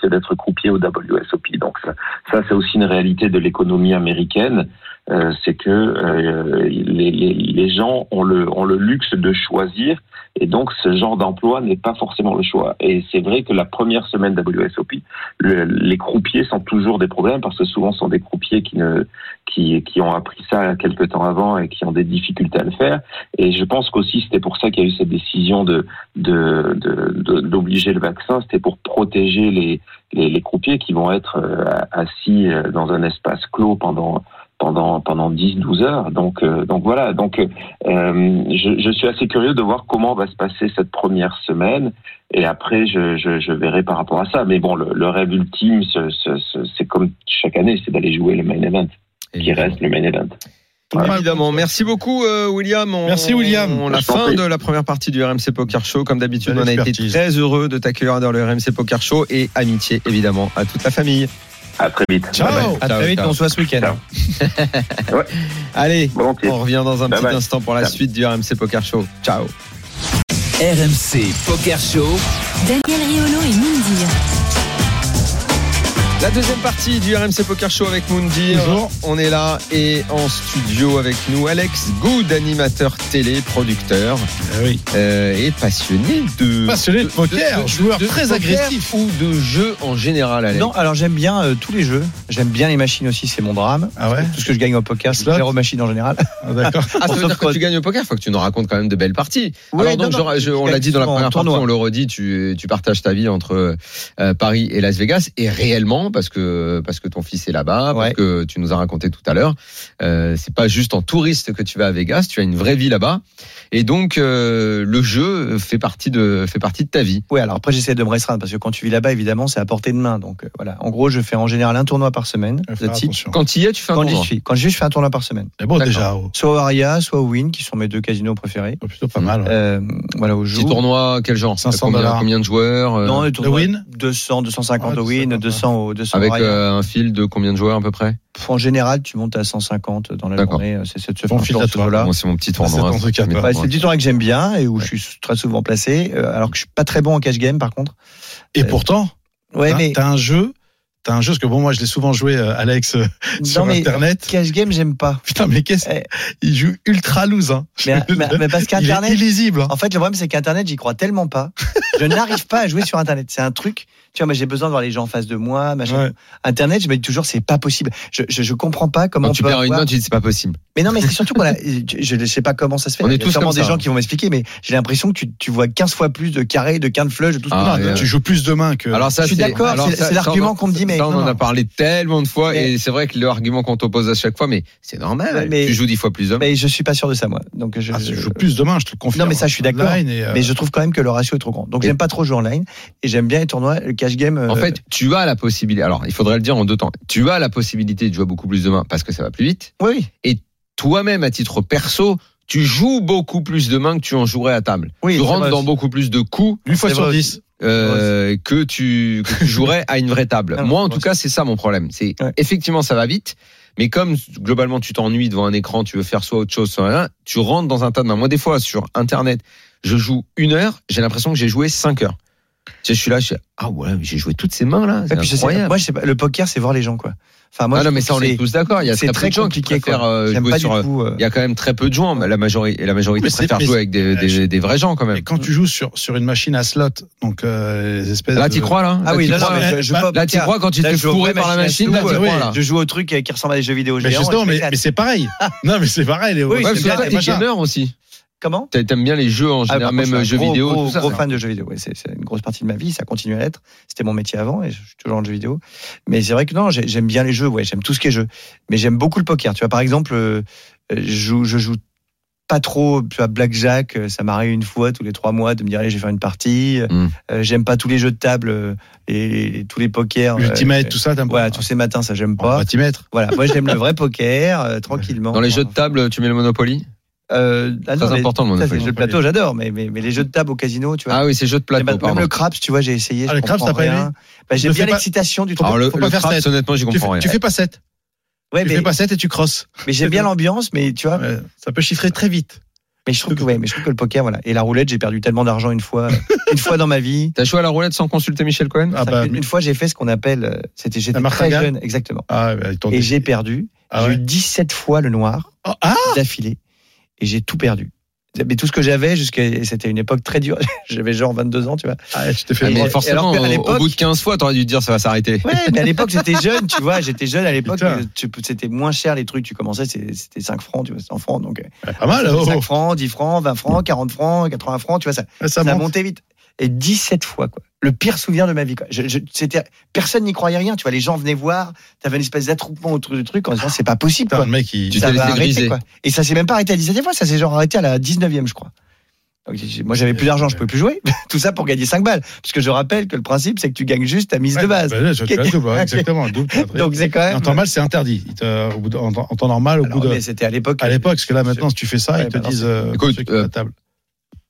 S8: que d'être croupier au WSOP. Donc ça, ça, c'est aussi une réalité de l'économie américaine, Euh, c'est que euh, les, les, les gens ont le ont le luxe de choisir et donc ce genre d'emploi n'est pas forcément le choix. Et c'est vrai que la première semaine WSOP, le- les croupiers sont toujours des problèmes parce que souvent ce sont des croupiers qui ne qui, qui ont appris ça quelques temps avant et qui ont des difficultés à le faire. Et je pense qu'aussi c'était pour ça qu'il y a eu cette décision de de- de- de- d'obliger le vaccin. C'était pour protéger les, les les croupiers qui vont être euh, assis euh, dans un espace clos pendant pendant pendant 10-12 heures. Donc euh, donc voilà. Donc euh, je, je suis assez curieux de voir comment va se passer cette première semaine. Et après, je, je, je verrai par rapport à ça. Mais bon, le, le rêve ultime, ce- ce- ce- c'est comme chaque année, c'est d'aller jouer le main event qui reste le main event.
S6: Pas-
S5: Évidemment. Merci beaucoup, euh, William. On-
S6: Merci, William.
S5: On la
S8: Je t'en
S5: fin
S8: prie.
S5: de la première partie du RMC Poker Show. Comme d'habitude,
S6: Belle
S5: on a été
S6: expertise.
S5: très heureux de t'accueillir dans le RMC Poker Show et amitié, évidemment, à toute la famille.
S8: À très vite.
S6: Ciao
S5: Ciao,
S7: À très vite,
S5: ciao.
S7: qu'on soit ce week-end.
S8: Ciao.
S5: Allez,
S8: Volontiers.
S5: on revient dans un
S8: Bye
S5: petit
S8: bye.
S5: instant pour la
S8: Ciao.
S5: suite du RMC Poker Show. Ciao.
S4: RMC Poker Show.
S3: Daniel Riolo et Moundir.
S5: La deuxième partie du RMC Poker Show avec Moundir.
S6: Bonjour.
S5: On est là et en studio avec nous Alex Good, animateur télé, producteur
S7: Ah
S6: Eh oui.
S5: euh, et passionné de.
S6: Euh, Passionné de poker, joueur très
S5: poker
S6: agressif.
S5: Ou de jeu en général, Alex.
S7: Non, alors j'aime bien euh, tous les jeux. J'aime bien les machines aussi, c'est mon drame.
S6: Ah ouais
S7: Tout ce que je gagne au poker, c'est
S6: Slot.
S7: zéro machine en général.
S6: Ah, D'accord.
S5: Ah, ça veut
S7: Sauf
S5: dire que
S7: que-
S5: tu gagnes au poker, faut que tu nous racontes quand même de belles parties. Alors
S7: Ouais,
S5: donc,
S7: non,
S5: genre,
S7: non,
S5: je-
S7: je
S5: on
S7: gagne
S5: l'a dit dans la
S7: souvent en
S5: première partie,
S7: tournoi.
S5: on le redit, tu, tu partages ta vie entre euh, Paris et Las Vegas, et réellement, parce que, parce que ton fils est là-bas, parce
S7: Ouais.
S5: que tu nous as raconté tout à l'heure, euh, c'est pas juste en touriste que tu vas à Vegas, tu as une vraie vie là-bas, et donc euh, le jeu fait partie, de, fait partie de ta vie.
S7: Oui, alors après j'essaie de me restreindre parce que quand tu vis là-bas, évidemment, c'est à portée de main. Donc euh, voilà, en gros, je fais en général un tournoi par semaine.
S6: Faire
S7: That's
S6: Ah,
S7: it.
S6: attention.
S5: Quand tu y es, tu fais un
S7: Quand j'y
S5: tournoi.
S7: suis, quand j'y suis, je fais un tournoi par semaine.
S6: C'est beau
S5: D'accord.
S6: déjà. oh.
S7: Soit au Aria, soit au Win, qui sont mes deux casinos préférés.
S6: Oh, Plutôt pas mal. ouais.
S7: Euh, voilà, au
S5: Petit
S7: jour.
S5: tournoi, quel genre
S6: 500
S5: combien,
S6: dollars.
S5: combien de joueurs euh,
S7: Non, le tournoi,
S6: Win Ah,
S7: 200, 250
S6: Ouais,
S7: au Win,
S6: 250,
S7: 200 au 200 au
S5: Avec
S7: Aria.
S5: euh, un fil de combien de joueurs à peu près
S7: Pff, En général, tu montes à 150 dans la
S5: D'accord.
S7: journée. euh, C'est c'est- c'est-
S6: Bon
S7: c'est-
S6: fil
S7: c'est-
S6: à
S7: ce
S6: toi.
S7: jeu-là.
S5: Bon, C'est mon petit
S6: c'est
S5: tournoi.
S6: ton truc à
S5: Mais-
S6: toi.
S7: Ouais, Ah. Bah, c'est le petit tournoi que j'aime bien et où je suis très souvent placé, euh, alors que je suis pas très bon en cash game par contre.
S6: Et pourtant,
S7: Ouais,
S6: t'as-
S7: mais
S6: Ah, t'as un jeu. T'as un jeu, parce que bon, moi, je l'ai souvent joué, euh, Alex, euh, sur
S7: non, mais
S6: Internet.
S7: cash game, j'aime pas.
S6: Putain, mais qu'est-ce
S7: Eh.
S6: Il joue ultra loose, hein.
S7: Mais, mais- mais parce
S6: Il est
S7: qu'Internet,
S6: illisible. hein.
S7: En fait, le problème, c'est qu'Internet, j'y crois tellement pas. Je n'arrive pas à jouer sur Internet. C'est un truc. Tu vois, moi, j'ai besoin de voir les gens en face de moi. machin.
S6: Ouais.
S7: Internet, je me dis toujours, c'est pas possible. Je, je, je comprends pas comment
S5: Quand
S7: on
S5: tu
S7: peut
S5: perds une
S7: avoir-
S5: note, tu dis c'est pas possible.
S7: Mais non, mais c'est surtout qu'on a. Je ne sais pas comment ça se fait.
S5: On est
S7: Il y a
S5: tous
S7: sûrement
S5: comme
S7: des
S5: ça.
S7: gens qui vont m'expliquer, mais j'ai l'impression que tu, tu vois 15 fois plus de carrés, de quintes de flush, de tout ce
S5: Ah, et,
S7: que tu
S5: euh,
S7: veux.
S6: Tu joues plus demain que.
S5: Alors ça,
S7: Je suis
S5: c'est-
S7: d'accord,
S5: alors
S7: c'est-
S5: ça-
S7: c'est
S5: ça,
S7: l'argument
S5: on en-
S7: qu'on me dit, mais
S5: ça, on
S7: non,
S5: en a
S7: non.
S5: parlé tellement de fois,
S7: Mais-
S5: et c'est vrai que l'argument qu'on t'oppose à chaque fois, mais c'est normal.
S7: Ouais, mais-
S5: tu joues dix fois plus de
S7: Mais je suis pas sûr de ça, moi. Donc, je,
S6: Ah,
S7: je-
S6: tu joues plus demain, je te le confirme.
S7: Non, mais ça, je suis d'accord.
S6: Online et, euh,
S7: mais je trouve quand même que le ratio est trop grand. Donc,
S5: Et-
S7: j'aime pas trop jouer online et j'aime bien les tournois, le cash game.
S5: En
S7: euh,
S5: fait, tu as la possibilité. Alors, il faudrait le dire en deux temps. Tu as la possibilité de jouer beaucoup plus demain parce que ça va plus vite.
S7: oui, oui.
S5: Toi-même, à titre perso, tu joues beaucoup plus demain que tu en jouerais à table.
S7: Oui,
S5: tu
S7: c'est
S5: rentres
S7: vrai
S5: dans
S7: aussi.
S5: beaucoup plus de coups
S6: 8 fois
S7: C'est
S6: sur
S7: vrai
S6: 10.
S5: euh, que tu que tu jouerais à une vraie table.
S7: Ah,
S5: Moi, en
S7: c'est
S5: tout
S7: vrai
S5: cas, c'est ça mon problème. C'est
S7: Ouais.
S5: effectivement ça va vite, Mais comme globalement tu t'ennuies devant un écran, tu veux faire soit autre chose, soit rien, tu rentres dans un tas de mains. Moi, des fois, sur Internet, je joue une heure, j'ai l'impression que j'ai joué cinq heures. Tu sais, je suis là, je suis, ah ouais, mais j'ai joué toutes ces mains là.
S7: Et puis, je
S5: C'est
S7: sais pas,
S5: incroyable.
S7: moi, je sais pas, le poker, c'est voir les gens, quoi. Enfin, moi,
S5: ah
S7: je
S5: non, mais
S7: trouve
S5: ça, on
S7: que
S5: est
S7: c'est-
S5: tous d'accord. Il y a
S7: c'est
S5: très,
S7: très
S5: peu de gens qui
S7: compliqué,
S5: préfèrent
S7: quoi.
S5: euh,
S7: J'aime
S5: jouer
S7: pas
S5: sur.
S7: du tout. euh,
S5: Il y a quand même très peu de gens. mais La majorité, la majorité
S6: Mais c'est-
S5: préfère
S6: mais
S5: jouer avec des,
S6: je-
S5: des, des vrais gens quand
S6: Et
S5: même.
S6: quand tu joues sur, sur une machine à slot, donc euh, les espèces
S5: Là,
S6: de-
S5: t'y crois là
S7: Ah oui,
S5: Là,
S7: Mm. là,
S5: t'y
S7: non,
S5: crois,
S7: mais je- je
S6: Là,
S7: joue pas au
S5: Là, t'y
S7: poker.
S5: crois quand tu
S7: Là,
S5: te
S7: je
S5: fais
S7: joue aux
S5: fourrer
S7: vraies
S5: par la
S7: machines
S5: machine,
S7: à
S5: là,
S7: sous,
S5: t'y
S7: euh,
S6: ouais.
S5: crois là.
S7: Je joue au truc euh, qui ressemble à des jeux vidéo.
S6: Mais
S7: géants,
S6: justement,
S7: je
S6: mais,
S7: m'éclate.
S6: mais c'est pareil. Non, mais c'est pareil. Les
S7: Oui,
S5: Ouais,
S7: c'est
S5: parce que
S7: bien,
S5: toi,
S7: les
S5: t'es
S7: machins.
S5: gamer aussi.
S7: Comment
S5: T'a- T'aimes bien les jeux en
S7: Ah, par
S5: général,
S7: contre, je
S5: même
S7: suis
S5: jeux
S7: un gros,
S5: vidéo,
S7: gros,
S5: tout ça.
S7: gros fan de jeux vidéo. Ouais, c'est c'est une grosse partie de ma vie. Ça continue à l'être. C'était mon métier avant et je suis toujours en jeux vidéo. Mais c'est vrai que non, j'ai- j'aime bien les jeux. Ouais, j'aime tout ce qui est jeu. Mais j'aime beaucoup le poker. Tu vois, par exemple, euh, euh, je joue, je joue pas trop. Tu vois, blackjack, euh, ça m'arrive une fois tous les trois mois de me dire allez, je vais faire une partie.
S5: Mm.
S7: Euh, j'aime pas tous les jeux de table, euh, les- les- les- tous les pokers.
S6: Ultimate,
S7: euh,
S6: tout ça, t'aimes
S7: Voilà,
S6: pas.
S7: tous ces matins, ça j'aime
S6: On va
S7: pas.
S6: t'y mettre.
S7: Voilà, moi j'aime le vrai poker, euh, tranquillement.
S5: Dans les jeux de table, tu mets le Monopoly
S7: Euh, ah non,
S5: Très
S7: les-
S5: important le
S7: ça, c'est
S5: Monopoly.
S7: les jeux de plateau, j'adore, mais, mais, mais les jeux de table au casino, tu vois.
S5: Ah oui, c'est jeu de
S6: Eh ben,
S5: plateau,
S7: même, Eh ben, même
S5: pardon.
S7: le craps, tu vois, j'ai essayé.
S6: Ah,
S7: je
S6: le craps,
S7: comprends
S6: t'as pas
S7: rien.
S6: aimé
S7: Bah, J'aime
S6: Ne
S7: bien
S6: fais pas-
S7: l'excitation du truc.
S5: Alors le,
S6: Faut pas
S5: le
S6: faire
S5: craps,
S6: ça.
S5: honnêtement, j'y
S6: Tu
S5: comprends
S6: fais,
S5: rien.
S6: tu fais pas 7.
S7: Ouais,
S6: tu
S7: mais,
S6: fais pas 7 et tu crosses.
S7: mais j'aime bien l'ambiance, mais tu vois.
S6: Ouais, ça peut chiffrer très vite.
S7: Mais je trouve que ouais, mais je trouve que le poker, voilà. Et la roulette, j'ai perdu tellement d'argent une fois, une fois dans ma vie.
S5: T'as joué à la roulette sans consulter Michel Cohen
S6: Ah
S7: C'est-à-dire
S6: bah,
S7: qu'une- une,
S6: mais-
S7: fois, j'ai fait ce qu'on appelle, euh, c'était j'étais
S6: La
S7: très
S6: martingale
S7: jeune, exactement.
S6: Ah, ouais, ils t'ont
S7: Et
S6: dit-
S7: j'ai perdu.
S6: Ah
S7: j'ai
S6: ouais.
S7: eu 17 fois le noir
S6: Oh, ah
S7: d'affilée, et j'ai tout perdu. Mais tout ce que j'avais jusqu'à, et c'était une époque très dure. J'avais genre 22 ans, tu vois.
S6: Ah, tu t'es fait.
S5: Ah,
S7: Et
S5: mais
S7: alors
S5: forcément,
S7: qu'à
S5: au, au
S7: l'époque-
S5: bout de 15 fois, t'aurais dû te dire ça va s'arrêter.
S7: Ouais, mais à l'époque, j'étais jeune, tu vois. J'étais jeune à l'époque.
S6: Putain.
S7: mais tu- C'était moins cher les trucs. Tu commençais, c'est- c'était 5 francs, tu vois, c'était en francs. Donc, euh,
S6: Ah, pas mal.
S7: c'était
S6: oh,
S7: 5 francs, 10 francs, 20 francs, 40 francs, 80 francs, tu vois, ça,
S6: oh,
S7: ça,
S6: ça monte.
S7: montait vite. Et 17 fois, quoi. Le pire souvenir de ma vie, quoi. Je, je- c'était, personne n'y croyait rien, tu vois. Les gens venaient voir, t'avais une espèce d'attroupement autour du truc en disant, c'est pas possible,
S6: Putain,
S7: quoi.
S6: le mec, il.
S5: Tu
S7: Ça
S5: t'es
S7: va
S5: laissé
S7: arrêter,
S5: griser.
S7: quoi. Et ça s'est même pas arrêté à 17 fois, ça s'est genre arrêté à la 19e, je crois. Donc, j'ai- moi, j'avais plus d'argent, je pouvais plus jouer. Tout ça pour gagner 5 balles. Parce que je rappelle que le principe, c'est que tu gagnes juste ta mise de
S6: Ouais,
S7: base.
S6: bah, là, tu- tu la doubles, ouais, Exactement. double, tu la triples.
S7: Donc, c'est quand
S6: Et
S7: même.
S6: En temps normal, c'est interdit. Il te- au bout de- En temps en temps normal, au
S7: Alors,
S6: bout de.
S7: mais c'était à l'époque.
S6: À l'époque, parce que là, maintenant, si tu fais ça,
S7: Ouais,
S6: ils te
S7: bah, non,
S6: disent. euh,
S5: Écoute,
S6: ceux qui sont à la
S5: euh,
S6: table.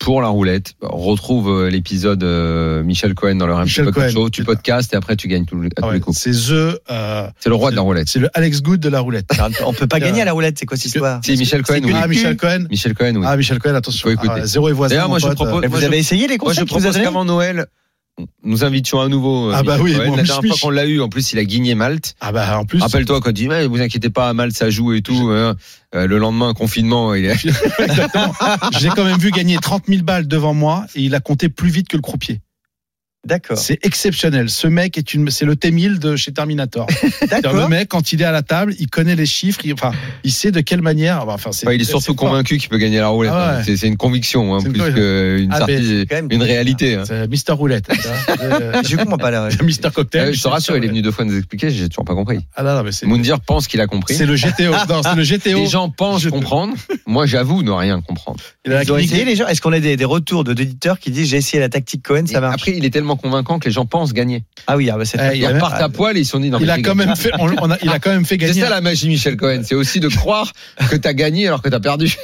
S5: Pour la roulette, on retrouve euh, l'épisode euh, Michel Cohen dans leur MC
S6: Michel
S5: Poker
S6: Cohen.
S5: Show. Tu podcasts et après tu gagnes tout le- à
S6: Ah
S5: tous
S6: ouais,
S5: les coups.
S6: C'est The. euh,
S5: C'est le roi de la roulette.
S6: C'est le Alex Good de la roulette.
S7: On peut pas
S6: Putain.
S7: gagner à la roulette, c'est quoi cette
S6: C'est-
S7: histoire
S5: Si Michel Cohen, oui.
S6: Ah, Michel Cohen.
S5: Michel Cohen, oui.
S6: Ah, Michel Cohen, attention.
S5: Il faut écouter.
S6: Ah, zéro et voisin.
S5: D'ailleurs, moi,
S6: mon
S5: je
S6: pote. Eh,
S5: propose-
S7: Mais
S5: moi,
S7: vous
S5: je-
S7: avez essayé
S5: Moi, je
S7: les conseils que vous
S5: propose
S7: avez
S5: qu'avant Noël, nous invitions à nouveau. euh,
S6: Ah bah
S5: Michel
S6: oui,
S5: Cohen.
S6: moi,
S5: La
S6: je
S5: dernière fois
S6: suis.
S5: qu'on l'a eu, en plus, il a gagné Malte.
S6: Ah, bah, en plus.
S5: Rappelle-toi quand il dit, Ouais, vous inquiétez pas, à Malte, ça joue et tout. hein. Euh, le lendemain, confinement, il est.
S6: J'ai quand même vu gagner 30 000 balles devant moi et il a compté plus vite que le croupier.
S7: D'accord.
S6: C'est exceptionnel. Ce mec est une, c'est le T1000 de chez Terminator. C'est-à-dire, Le
S7: D'accord.
S6: mec, quand il est à la table, il connaît les chiffres, il, enfin, il sait de quelle manière. Enfin, c'est,
S5: Enfin, il est surtout
S6: c'est fort.
S5: convaincu qu'il peut gagner la roulette.
S6: Ah ouais.
S5: hein. C'est c'est une conviction, hein,
S6: C'est une
S5: plus
S6: conviction.
S5: qu'une
S6: Ah, mais
S5: sortie-
S7: quand même
S5: une
S7: très
S5: réalité. hein.
S6: C'est Mister Roulette. Euh,
S7: Ah, Je comprends pas là.
S6: Mister Cocktail.
S5: Euh, je te rassure, il est venu deux fois nous expliquer, j'ai toujours pas compris.
S6: Ah, non, non, mais c'est,
S5: Moundir pense qu'il a compris.
S6: c'est le GTO. Non, c'est le GTO.
S5: Les gens pensent
S6: Je-
S5: comprendre. Moi, j'avoue ne rien comprendre.
S6: Il a la
S7: Ils ont
S6: clinique-
S7: essayé les gens. Est-ce qu'on a des, des retours de d'éditeurs qui disent j'ai essayé la tactique Cohen,
S5: Et
S7: ça marche
S5: Après, il est tellement convaincant que les gens pensent gagner.
S7: Ah oui, ah bah
S6: Eh,
S7: c'est très
S6: il
S5: Ils
S7: bien.
S6: a même-
S5: repartent à poil et ils se sont dit non, mais
S6: il a
S5: j'ai
S6: quand
S5: gagné.
S6: même fait, on- on a- il a quand même fait
S5: C'est
S6: gagner.
S5: ça la magie, Michel Cohen. C'est aussi de croire que t'as gagné alors que t'as perdu.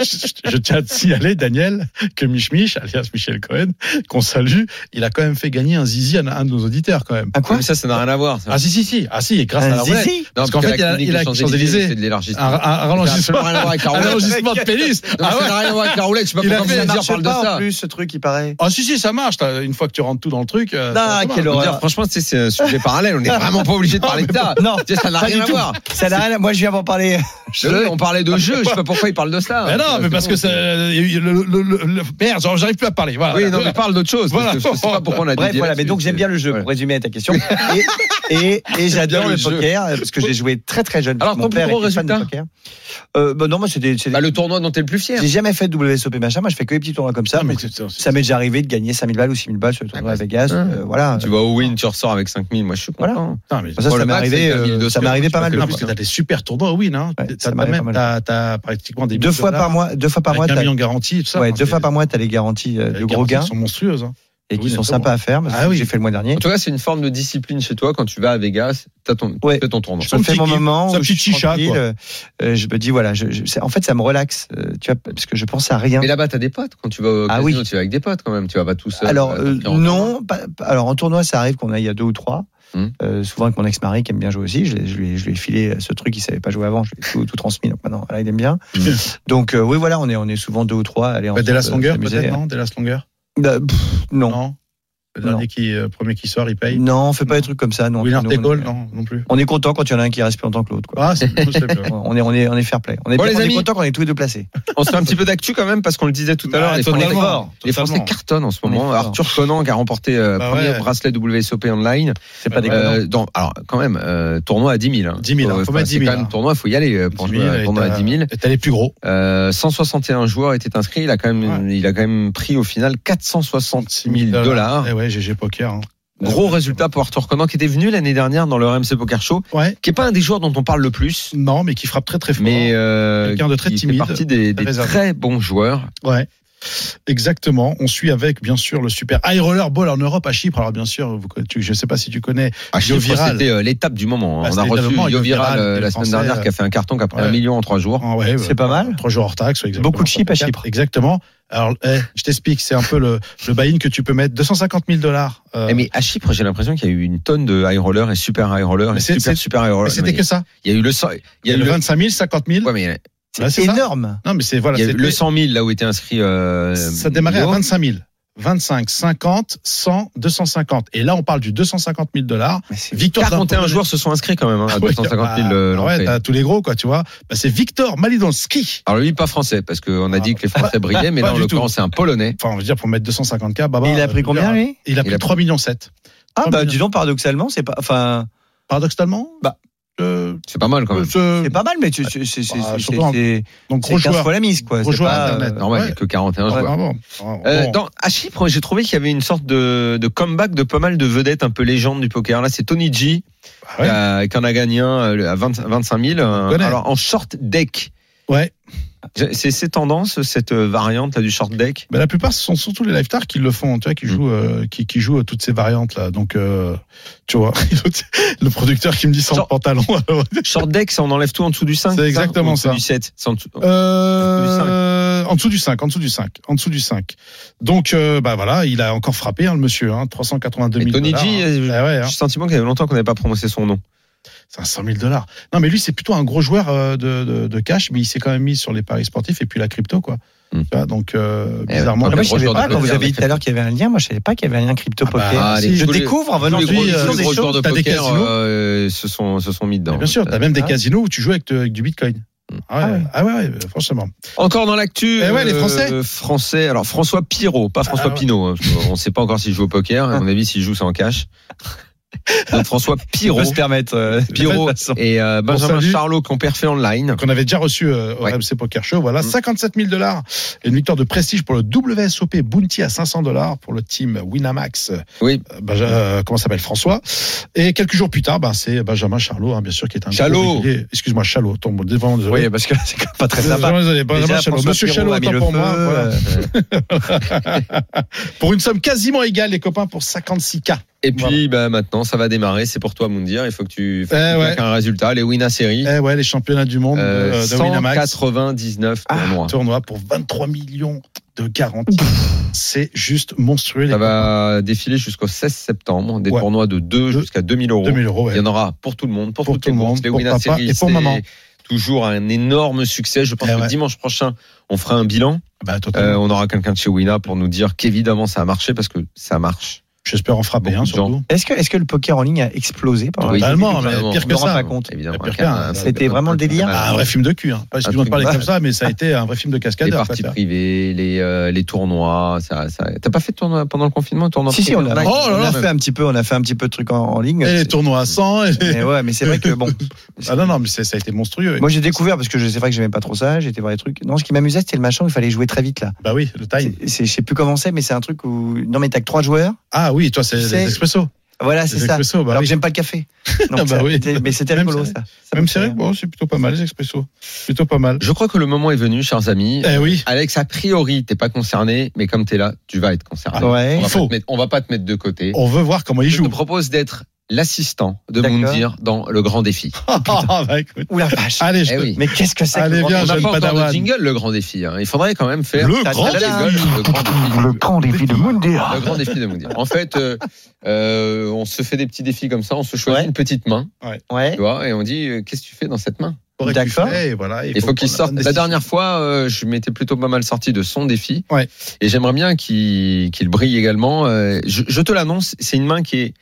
S6: je, je tiens à te signaler, Daniel, que Mich Mich, alias Michel Cohen, qu'on salue, il a quand même fait gagner un zizi à un de nos auditeurs, quand même.
S7: À Ah, quoi
S5: Mais ça, ça n'a rien à voir. ça.
S6: Ah si, si, si. Ah si, et grâce à la
S7: Un
S6: roulette.
S7: zizi
S6: parce qu'en
S5: que la
S6: fait, il a-
S5: clinique
S6: il a
S5: des
S6: les
S5: Champs-Élysées, Ah
S6: Champs-Élysées.
S5: C'est de
S6: Un,
S5: l'élargissement.
S6: un-
S5: Ça a
S6: un
S5: absolument
S6: rallongissement,
S5: rien à voir avec la
S6: un
S5: roulette.
S6: rallongissement de pénis.
S5: Non,
S6: Ah
S5: ça
S6: ouais.
S5: n'a rien à voir avec la roulette. Je sais pas
S6: Il a-
S5: pourquoi
S6: il
S7: Ça
S5: Moundir
S7: marche
S5: parle de
S7: pas en
S5: ça.
S7: plus ce truc, il paraît.
S6: Ah si, si, ça marche. t'as- Une fois que tu rentres tout dans le truc. euh, ça
S7: Ah,
S6: marche.
S7: quelle
S5: Moundir,
S7: horreur.
S5: Franchement, tu sais, c'est un sujet parallèle. On n'est vraiment pas obligé de parler de ça.
S7: Non,
S5: Tu sais, Ça n'a
S7: pas
S5: rien
S7: du
S5: à
S7: tout.
S5: voir.
S7: ça n'a rien. à- Moi, je viens d'en parler.
S5: Jeu, on parlait de jeu. Je sais pas pourquoi il parle de ça.
S6: Mais non, mais parce que ça, le, le- le- le- merde, genre, j'arrive plus à parler. Voilà.
S5: Oui, non, mais parle d'autre chose. parce
S6: Voilà.
S5: que Je sais pas pourquoi on a
S7: Bref,
S5: dévié
S7: voilà. Mais
S5: là-dessus.
S7: donc j'aime bien le jeu.
S5: Voilà.
S7: Pour résumer à ta question. Et, et, et j'adore
S5: bien
S7: le
S5: le jeu.
S7: poker euh, parce que j'ai joué très très jeune.
S5: Alors,
S7: Mon
S5: ton plus
S7: père
S5: gros
S7: était fan de
S5: résultat
S7: poker. Euh, bah non, moi c'est des. c'est des-
S5: Bah, le tournoi dont t'es le plus fier.
S7: J'ai jamais fait de WSOP machin. Moi, je fais que des petits tournois comme ça.
S6: Non, mais
S7: Donc,
S6: c'est- c'est-
S7: ça m'est déjà arrivé de gagner 5000 balles ou 6000 balles sur le
S5: Ah,
S7: tournoi à Vegas. euh, voilà.
S5: Tu vas au win, tu ressors avec 5000. Moi, je suis
S7: Voilà.
S5: content.
S6: Putain, mais-
S7: Bah, ça,
S5: Bon,
S7: ça
S5: le
S7: m'est
S5: max,
S7: arrivé,
S5: c'est
S7: euh,
S5: 1200,
S7: ça m'est arrivé pas mal
S5: je
S7: de
S5: pense
S6: Non,
S5: que
S7: fois.
S6: parce que t'as des super tournois au win, hein.
S7: Ouais, ça
S6: t'as,
S7: m'arrive
S6: même-
S7: pas mal.
S6: t'as- t'as pratiquement des
S7: Deux
S6: millions de
S7: fois par
S6: dollars
S7: mois, deux fois par
S6: avec
S7: mois,
S6: un
S7: t'as-
S6: million garanti, tout ça.
S7: ouais,
S6: Enfin,
S7: deux
S6: c'est-
S7: fois par mois, t'as les garanties euh, de
S6: les
S7: gros
S6: garanties
S7: gains
S6: sont monstrueuses. hein.
S7: et qui
S6: oui,
S7: sont
S6: exactement.
S7: sympas à faire. Parce que
S6: Ah oui.
S7: j'ai fait le mois dernier.
S5: En tout cas, c'est une forme de discipline chez toi quand tu vas à Vegas. T'as ton, tu
S7: Ouais.
S5: fais ton tournoi.
S7: Je me
S6: Son
S7: fais
S6: petit
S7: mon
S6: kiff,
S7: moment.
S6: sa
S7: où je
S6: petite
S7: suis
S6: chicha,
S7: tranquille,
S6: quoi.
S7: euh, euh, je me dis voilà, je, je- ça- en fait ça me relaxe, euh, tu vois, parce que je pense à rien.
S5: Mais là-bas, t'as des potes. Quand tu vas au
S7: Ah
S5: casino,
S7: oui.
S5: tu vas avec des potes quand même. Tu vas pas tout seul.
S7: Alors
S5: Euh,
S7: euh,
S5: t'as envie en-
S7: non, pas- pas- alors en tournoi ça arrive qu'on aille à deux ou trois,
S5: Mhm.
S7: Euh, souvent avec mon ex-mari qui aime bien jouer aussi. Je, l'ai- je lui, ai- je lui ai filé euh, ce truc qu'il savait pas jouer avant. Je lui ai tout, tout transmis. Donc maintenant, là, il aime bien.
S6: Mhm.
S7: Donc euh, oui, voilà, on est, on est souvent deux ou trois. à aller
S6: Bah,
S7: ensemble,
S6: Dallas
S7: euh,
S6: Longer,
S7: s'amuser.
S5: hein.
S6: peut-être, non Dallas Longer
S7: Bah, pff, non. non.
S6: Le dernier qui, euh, premier qui sort, il paye.
S7: on fait pas des trucs comme ça. Non.
S6: Willard
S7: Nous, on est-
S6: Tegol, non, non plus.
S7: On est content quand il y en a un qui reste plus longtemps que l'autre. quoi.
S6: Ah, c'est c'est bien.
S7: On est, on est, on est fair play. On est,
S5: Bon, les
S7: on est
S5: amis.
S7: content qu'on est tous les deux placés.
S5: On se fait un petit peu d'actu quand même parce qu'on le disait tout à
S6: Bah,
S5: l'heure. Les
S7: on est
S5: Français,
S7: fort.
S5: les Français
S6: totalement.
S5: cartonnent en ce
S7: On est
S5: moment.
S7: fort.
S5: Arthur Conan qui a remporté euh,
S6: Bah
S5: premier
S6: ouais.
S5: bracelet WSOP online.
S7: C'est pas
S6: Ouais.
S7: déconnant.
S5: Euh, dans- alors quand même, euh, tournoi à 10 000. hein.
S6: 10 000, hein, faut
S5: enfin,
S6: mettre
S5: c'est
S6: 10 000,
S5: quand même
S6: hein.
S5: tournoi, faut y aller euh, pour
S6: 10
S5: jouer
S6: 000,
S5: à un
S6: et
S5: tournoi à
S6: t'as-
S5: 10 000.
S6: et T'as les plus gros.
S5: Euh, 161 joueurs étaient inscrits. Il a quand même, il a quand même pris au final 466 000 dollars.
S6: Eh ouais, GG Poker. hein.
S5: Gros résultat pour Arthur Conan qui était venu l'année dernière dans le RMC Poker Show,
S6: Ouais.
S5: qui est pas un des joueurs dont on parle le plus,
S6: Non, mais qui frappe très très fort.
S5: mais euh,
S6: Quelqu'un de très
S5: qui fait
S6: timide,
S5: partie des, des
S6: réservé.
S5: très bons joueurs.
S6: Ouais. Exactement. On suit avec, bien sûr, le super high roller ball en Europe à Chypre. Alors, bien sûr, vous, conna- tu- je ne sais pas si tu connais.
S5: À Chypre,
S6: Yoviral.
S5: c'était euh, l'étape du moment. hein.
S6: Ah,
S5: on a
S6: c'était
S5: reçu
S6: tellement
S5: Yoviral
S6: Yoviral,
S5: euh, la
S6: le
S5: semaine
S6: Français,
S5: dernière qui a fait un carton qui a pris un
S6: ouais.
S5: million en trois jours.
S6: Ah ouais,
S7: C'est
S6: euh,
S7: pas mal.
S6: Trois jours hors taxe, ouais, exactement.
S7: Beaucoup de chips à
S6: Quatre,
S7: Chypre.
S6: Exactement. Alors, eh, je t'explique, c'est un peu le, le buy-in que tu peux mettre. 250 000 dollars. euh,
S5: Eh, mais à Chypre, j'ai l'impression qu'il y a eu une tonne de high roller et super high roller et
S6: Mais c'est-
S5: super
S6: c'est-
S5: super high roller.
S6: c'était
S5: Mais
S6: que ça.
S5: Il y a eu le cent- il y a eu
S6: le
S5: le
S6: 25 000, 50 000.
S5: ouais, mais il y a-
S6: Ouais,
S7: C'est
S6: c'est ça.
S7: énorme.
S6: Non, mais c'est voilà.
S5: il y a eu
S6: c'était-
S5: le 100 000 là où était inscrit. euh,
S6: Ça démarrait à
S5: Yo.
S6: 25 000. 25, 50, 100, 250. Et là, on parle du 250 000 dollars.
S7: Mais c'est-
S6: Victoire d'un
S5: 41
S6: Polonais.
S5: joueurs se sont inscrits quand même hein, à 250 000
S6: Ouais,
S5: euh,
S6: bah, Ouais,
S5: l'entrée.
S6: t'as tous les gros, quoi, tu vois. Bah, c'est Victor Malidonski.
S5: Alors lui, pas français, parce qu'on a
S6: Ah,
S5: dit que les Français brillaient, mais
S6: pas
S5: là, en
S6: du
S5: l'occurrence, c'est un Polonais.
S6: Enfin, on veut dire, pour mettre 250K, baba.
S7: Et il a
S6: euh,
S7: pris combien, lui
S6: Il a pris
S5: Il a-
S6: 3,7 millions.
S7: Ah,
S6: Trois
S7: bah,
S6: millions.
S7: dis donc, paradoxalement, c'est pas, enfin,
S6: Paradoxalement,
S7: Bah,
S6: euh,
S5: C'est pas mal quand même.
S6: ce-
S7: c'est pas mal, mais tu- tu- c'est, c'est,
S6: Bah,
S7: c'est,
S6: surtout en-
S7: c'est,
S6: donc,
S7: c'est
S6: gros
S7: 15
S6: joueur.
S7: fois la mise, quoi.
S6: Gros
S7: C'est
S6: joueur
S7: pas,
S6: Internet.
S7: euh,
S5: Normal, il n'y a
S6: ouais.
S5: que 41 joueurs.
S6: Vraiment.
S5: Euh,
S6: Bon.
S5: dans, à Chypre, j'ai trouvé qu'il y avait une sorte de, de comeback de pas mal de vedettes un peu légendes du poker. Là, c'est Tony G
S6: Ah Ouais.
S5: qui, a- qui en a gagné un euh, à 20 25 000. euh,
S6: connaît.
S5: Alors en short deck,
S6: Ouais.
S5: J'ai- c'est ces tendances, cette euh, variante là du short deck.
S6: Bah, la plupart, ce sont surtout les live qui le font, tu vois, qui
S5: Mm.
S6: jouent, euh, qui, qui jouent euh, toutes ces variantes là. Donc, euh, tu vois, le producteur qui me dit sans
S5: Genre-
S6: pantalon. alors,
S5: Short deck, ça on enlève tout en dessous du 5.
S6: C'est exactement
S5: en dessous
S6: ça.
S5: Du 7. C'est en dessous-
S6: Euh, en dessous du 5, en dessous du 5, en dessous du 5. Donc, euh, bah voilà, il a encore frappé, hein, le monsieur, hein, 382 000
S5: Mais Tony
S6: dollars.
S5: G, euh,
S6: Ah ouais, hein,
S5: J'ai le sentiment qu'il y avait longtemps qu'on n'avait pas prononcé son nom.
S6: 500 000 dollars. Non, mais lui, c'est plutôt un gros joueur euh, de, de, de cash, mais il s'est quand même mis sur les paris sportifs et puis la crypto, quoi.
S5: Hmm.
S6: Tu vois, donc, euh,
S5: Eh ouais.
S6: bizarrement.
S5: Ah,
S7: moi, je
S5: Gros
S7: savais
S5: joueur de
S7: pas, quand vous
S5: poker,
S7: avez dit tout à l'heure qu'il y avait un lien, moi, je savais pas qu'il y avait un lien crypto-poker.
S6: Ah bah,
S5: allez,
S7: je
S5: tous les-
S7: découvre en
S5: tous
S7: venant
S5: les
S7: de
S5: gros,
S6: aujourd'hui,
S7: sur
S6: euh,
S5: les
S7: des
S5: gros
S7: choses.
S5: joueurs de
S6: t'as des
S5: poker
S6: casinos.
S5: euh, se, sont, se sont mis dedans.
S6: bien sûr, t'as même des
S7: Ah.
S6: casinos où tu joues avec, te- avec du bitcoin. Ah ouais,
S7: Ah ouais.
S6: ah ouais, ouais, franchement.
S5: Encore dans l'actu.
S6: Eh ouais, les Français.
S5: euh, français. Alors François Pirot, pas François
S6: Ah ouais.
S5: Pinault. hein, parce qu'on- on ne sait pas encore s'il joue au poker. À mon avis, s'il joue, c'est en cash. Donc François Pirot.
S7: peut se permettre. euh,
S5: Pirot et euh, Benjamin
S6: salue.
S5: Charlot qui ont perfait online.
S6: Qu'on avait déjà reçu euh, au
S5: Ouais.
S6: RMC Poker Show,
S7: Mm.
S6: voilà, 57 000 dollars. Une victoire de prestige pour le WSOP Bounty à 500 dollars pour le team Winamax.
S5: Oui.
S6: Euh, Benja- euh, comment s'appelle François. Et quelques jours plus tard, ben, c'est Benjamin Charlot, hein, bien sûr, qui est un.
S5: Charlot.
S6: gros régulier. Excuse-moi, Charlot, tombe devant. désolé.
S7: Oui, parce que c'est quand même pas très
S6: Désolé,
S7: sympa.
S6: désolé, Benjamin
S7: Déjà,
S6: Charlot.
S7: François
S6: Monsieur
S7: Pirot
S6: Charlot,
S7: a mis
S6: autant
S7: le
S6: pour
S7: feu,
S6: moi. voilà.
S7: euh,
S6: pour une somme quasiment égale, les copains, pour 56K.
S5: Et puis bah, maintenant, ça va démarrer. C'est pour toi, Moundir. Il faut que tu faut que tu
S6: Eh ouais.
S5: claques un résultat. Les Wina Série.
S6: Eh ouais, les championnats du monde
S5: euh,
S6: euh, de, Winamax.
S5: 199 tournois.
S6: Ah, Tournoi pour 23 millions de garanties. C'est juste monstrueux, les
S5: Ça
S6: copains.
S5: va défiler jusqu'au 16 septembre. Des
S6: Ouais.
S5: tournois de 2
S6: Deux-
S5: jusqu'à 2000 euros.
S6: 2000 euros, ouais.
S5: Il y en aura pour tout le monde, pour,
S6: Pour
S5: toutes
S6: tout
S5: les
S6: le
S5: bourses.
S6: monde,
S5: Les
S6: pour
S5: Winner
S6: papa
S5: Series,
S6: et pour
S5: c'est
S6: maman.
S5: Toujours un énorme succès. Je pense
S6: Eh
S5: que
S6: ouais.
S5: dimanche prochain, on fera un bilan.
S6: Bah,
S5: Euh,
S6: totalement.
S5: on aura quelqu'un de chez Wina pour nous dire qu'évidemment ça a marché parce que ça marche.
S6: J'espère en frapper,
S5: Beaucoup
S6: hein,
S5: de gens.
S6: surtout.
S7: Est-ce que, est-ce que le poker en ligne a explosé par
S6: Oui. totalement, mais
S5: évidemment.
S6: pire que
S5: On ne rend
S6: ça.
S5: pas compte. Évidemment,
S6: Pire
S5: un-
S6: qu'un.
S5: un-
S7: C'était
S5: un-
S7: vraiment le délire.
S5: un-
S6: Ah, un vrai film de cul. Hein. Pas
S5: Un
S6: excuse-moi de
S5: truc
S6: parler
S5: de-
S6: comme ça, mais ça a été un vrai film de
S5: Les
S6: cascadeur.
S5: parties privées, les, euh, les tournois, ça, ça. T'as pas fait de tournoi pendant le confinement, un tournoi
S7: Si, si,
S5: privé
S7: on a,
S5: en ligne
S6: Oh
S7: on a fait un petit peu, on a fait un petit peu de trucs en, en ligne.
S6: Et les
S7: C'est-
S6: tournois à 100. et les-
S7: mais ouais, mais c'est vrai que bon.
S6: Ah non, non, mais c'est- ça a été monstrueux.
S7: Moi, j'ai découvert parce que je- c'est vrai que j'aimais pas trop ça. J'étais voir les trucs. Non, ce qui m'amusait, c'était le machin où il fallait jouer très vite là.
S6: Bah oui, le time.
S7: C'est- c'est- Je sais plus comment c'est, mais c'est un truc où non mais t'as que trois joueurs.
S6: Ah oui, toi, c'est
S7: Tu
S6: les
S7: sais-
S6: expressos.
S7: Voilà, c'est
S6: Les
S7: ça.
S6: expressos, bah
S7: Alors
S6: oui.
S7: que j'aime pas le café. Donc,
S6: Ah bah
S7: ça-
S6: oui.
S7: c'était- Mais c'était
S6: Même
S7: rigolo
S6: sérieux.
S7: ça. Ça me
S6: Même
S7: fait
S6: sérieux
S7: rire.
S6: Bon, c'est plutôt pas mal, les expressos. Plutôt pas mal.
S5: Je crois que le moment est venu, chers amis.
S6: Eh oui.
S5: Alex, a priori, t'es pas concerné, mais comme t'es là, tu vas être concerné.
S7: Ouais.
S5: On va,
S6: Faux.
S5: pas te mettre, on va pas te mettre de côté.
S6: On veut voir comment il
S5: Je te
S6: joue.
S5: propose d'être l'assistant de
S7: D'accord.
S5: Moundir dans le grand défi.
S6: Ah, bah, écoute.
S7: Ou la vache.
S6: Allez, je
S5: Eh
S6: te-
S5: oui.
S7: Mais qu'est-ce que c'est que
S6: Allez,
S7: le
S6: viens,
S5: On
S7: grand-
S5: n'a
S6: jeune
S5: pas encore de
S6: Padawan.
S5: jingle, le grand défi. hein. Il faudrait quand même faire.
S6: Le
S5: T'as-
S6: grand
S5: t'as la
S6: défi.
S5: gueule, le grand défi.
S9: Le camp des filles de Mundir.
S5: Le grand défi de Moundir. En fait, euh, euh, on se fait des petits défis comme ça, on se choisit
S7: Ouais.
S5: une petite main,
S7: Ouais.
S5: tu vois, et on dit euh, qu'est-ce que tu fais dans cette main
S6: T'aurais pu
S7: D'accord.
S6: faire, et voilà,
S5: Il faut qu'il
S6: prendre
S5: sorte.
S6: bonne
S5: La
S6: décision.
S5: dernière fois, euh, je m'étais plutôt pas mal sorti de son défi.
S6: Ouais.
S5: Et j'aimerais bien qu'il qu'il brille également. Euh, je, je te l'annonce, c'est une main qui est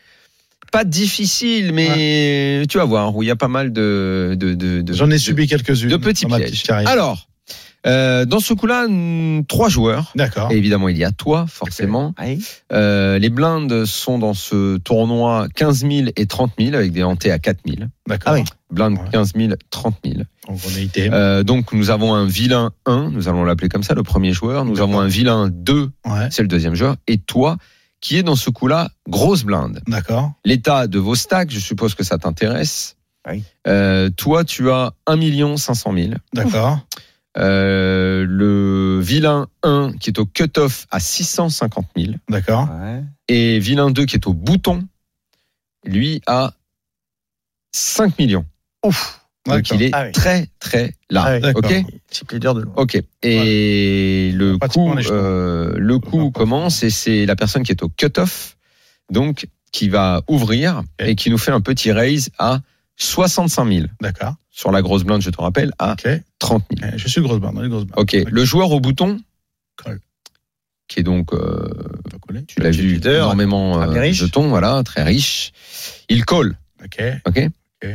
S5: pas difficile, mais tu vas voir, où il y a pas mal de. de, de, de-
S6: J'en ai
S5: de-
S6: subi quelques-unes.
S5: de petits
S6: dans ma
S5: pièges.
S6: petite carrière.
S5: Alors, euh, dans ce coup-là, mm, trois joueurs.
S7: Ah.
S6: D'accord.
S5: Et évidemment, il y a toi, forcément.
S7: Ouais.
S5: Euh, les blindes sont dans ce tournoi 15 000 et 30 000 avec des hantés à 4 000.
S6: D'accord.
S7: Ah oui.
S5: Blindes
S6: Ouais.
S5: 15 000, 30 000.
S6: Donc, on a été.
S5: Euh, donc nous avons un vilain 1, nous allons l'appeler comme ça, le premier joueur. Nous
S6: D'accord.
S5: avons un vilain 2,
S6: Ouais.
S5: c'est le deuxième joueur. Et toi, qui est dans ce coup-là, grosse blinde.
S6: D'accord.
S5: L'état de vos stacks, je suppose que ça t'intéresse.
S7: Oui.
S5: Euh, toi, tu as 1 500 000.
S6: D'accord.
S5: Euh, le vilain 1 qui est au cut-off à 650 000.
S6: D'accord.
S7: Ouais.
S5: Et vilain 2 qui est au bouton, lui a 5 millions. Donc
S6: D'accord.
S5: il est
S7: Ah oui.
S5: très très large.
S6: Ah oui.
S5: ok
S6: D'accord.
S7: Chip leader de loin.
S5: Ok. Et le
S6: Pratiquement
S5: coup,
S6: les chevaux.
S5: euh, le coup
S6: Pratiquement.
S5: commence et c'est la personne qui est au cut-off, donc qui va ouvrir
S6: Ok.
S5: et qui nous fait un petit raise à 65 000.
S6: D'accord.
S5: Sur la grosse blinde, je te rappelle, à
S6: Ok. Eh,
S5: 30 000.
S6: Je suis grosse barre. dans les grosses barres.
S5: Ok. Le joueur au bouton,
S6: Call.
S5: qui est donc, euh,
S6: Faut coller.
S5: tu l'as vu,
S7: leader,
S5: énormément
S7: très
S5: euh,
S7: riche.
S5: jetons, voilà, très riche. Il colle,
S6: Ok.
S5: ok
S6: Ok.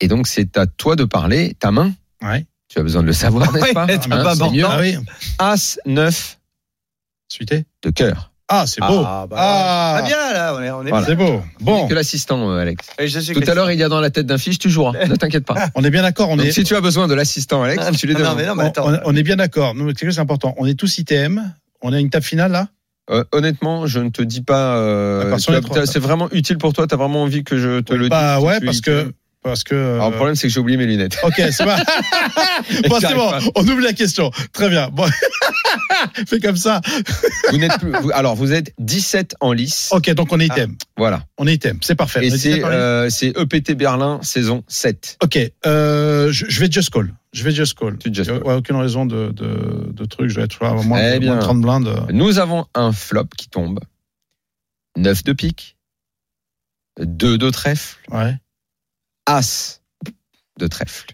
S5: Et donc c'est à toi de parler, ta main.
S6: Ouais.
S5: Tu as besoin de le savoir, n'est-ce pas Hein,
S7: tu peux pas
S5: c'est
S7: aborder.
S5: mieux.
S6: Ah oui.
S5: As 9
S6: Suité.
S5: de cœur.
S6: Ah, c'est beau.
S7: Ah, bah,
S6: Ah,
S7: ah bien là, on est, on est
S5: Voilà.
S6: C'est beau. Bon,
S5: Que l'assistant, euh, Alex.
S7: Et je sais
S5: Tout
S7: que-
S5: à l'heure, il y a dans la tête d'un fiche, tu joueras. Ne t'inquiète pas.
S6: on est bien d'accord. On
S5: Donc,
S6: est,
S5: si tu as besoin de l'assistant, Alex,
S7: Ah,
S5: tu les
S7: non,
S5: demandes.
S7: mais non, mais
S6: on,
S7: attends.
S6: on- on est bien d'accord. Nous, quelque chose, c'est important. On est tous ITM. On a une table finale là.
S5: Euh, honnêtement, je ne te dis pas. euh,
S6: D'accord, Ah, sur
S5: tu
S6: les
S5: as-
S6: trois.
S5: c'est vraiment utile pour toi. T'as vraiment envie que je te le
S6: Bah
S5: dise. si
S6: ouais,
S5: tu-
S6: parce
S5: tu-
S6: que parce que. euh,
S5: Alors, le problème, c'est que j'ai oublié mes lunettes.
S6: Ok, c'est bon. Bon, c'est
S5: J'arrive
S6: bon.
S5: pas.
S6: On oublie la question. Très bien. Bon. Fais comme ça.
S5: Vous n'êtes plus. vous- alors, vous êtes 17 en lice.
S6: Ok, donc on est ITM.
S5: Voilà.
S6: On est item, c'est parfait.
S5: Et
S6: On est
S5: c'est
S6: item par lui.
S5: euh, c'est EPT Berlin saison 7.
S6: Ok, euh, je, je vais just call. Je vais just call.
S5: Tu just
S6: Il y a-
S5: call.
S6: ouais, aucune raison de, de, de truc, je vais être à moins,
S5: Eh
S6: de-
S5: bien.
S6: moins de 30 blindes.
S5: Nous avons un flop qui tombe. 9 de pique. 2 de trèfle.
S6: Ouais.
S5: As de trèfle.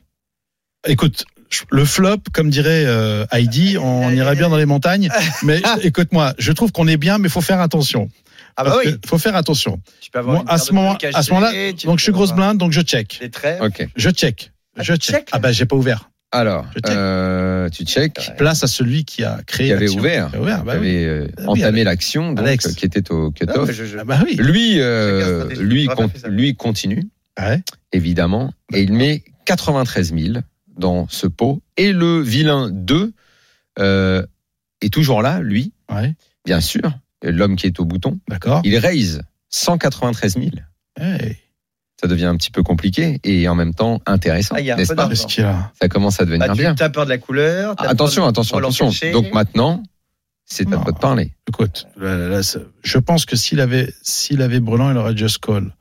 S6: Écoute, je- le flop, comme dirait euh, Heidi, on irait bien dans les montagnes. Mais écoute-moi, je trouve qu'on est bien, mais faut faire attention.
S7: Ah bah
S6: Parce
S7: oui,
S6: que faut faire attention.
S7: tu peux avoir
S6: moi,
S7: une
S6: à
S7: paire
S6: ce
S7: de
S6: moment-
S7: trucs
S6: à ce moment-là,
S7: cachés, tu
S6: Donc
S7: peux
S6: je suis grosse
S7: avoir
S6: blinde, donc je check.
S7: Des traits.
S5: Ok.
S6: Je check.
S7: Ah,
S6: Je
S7: tu
S6: check.
S7: check,
S6: Ah bah j'ai pas ouvert.
S5: Alors,
S6: Je check.
S5: euh, tu check.
S6: Place à celui qui a créé.
S5: qui avait
S6: l'action.
S5: ouvert,
S6: Qui a ouvert,
S5: qui
S6: bah oui.
S5: avait euh,
S6: Ah oui,
S5: entamé
S6: Alex.
S5: l'action, donc,
S6: Alex.
S5: euh, qui était au
S7: Non,
S5: cut-off.
S7: mais je- je-
S6: Ah bah oui.
S5: Lui, euh,
S7: Chacun sa stratégie,
S6: Ah,
S5: lui,
S6: bah,
S7: on va
S5: con-
S7: faire ça.
S5: lui continue,
S6: Ouais.
S5: évidemment, et il met 93 000 dans ce pot. Et le vilain 2 euh, est toujours là, lui,
S6: Ouais.
S5: bien sûr, l'homme qui est au bouton.
S6: D'accord.
S5: Il raise 193 000.
S6: Hey,
S5: Ça devient un petit peu compliqué et en même temps intéressant,
S7: Ah, il y a un
S5: n'est-ce
S7: peu
S5: pas
S7: d'argent.
S6: Qu'est-ce qu'il y a
S5: Ça commence à
S7: Bah,
S5: devenir
S7: tu
S5: bien.
S7: as peur de la couleur. t'as
S5: Attention,
S7: peur de- Ah,
S5: attention,
S7: faut l'en
S5: attention.
S7: cacher.
S5: Donc maintenant, c'est à
S6: Non.
S5: toi de parler.
S6: Écoute, là, là, là, c'est- je pense que s'il avait, s'il avait Brelan, il aurait just call.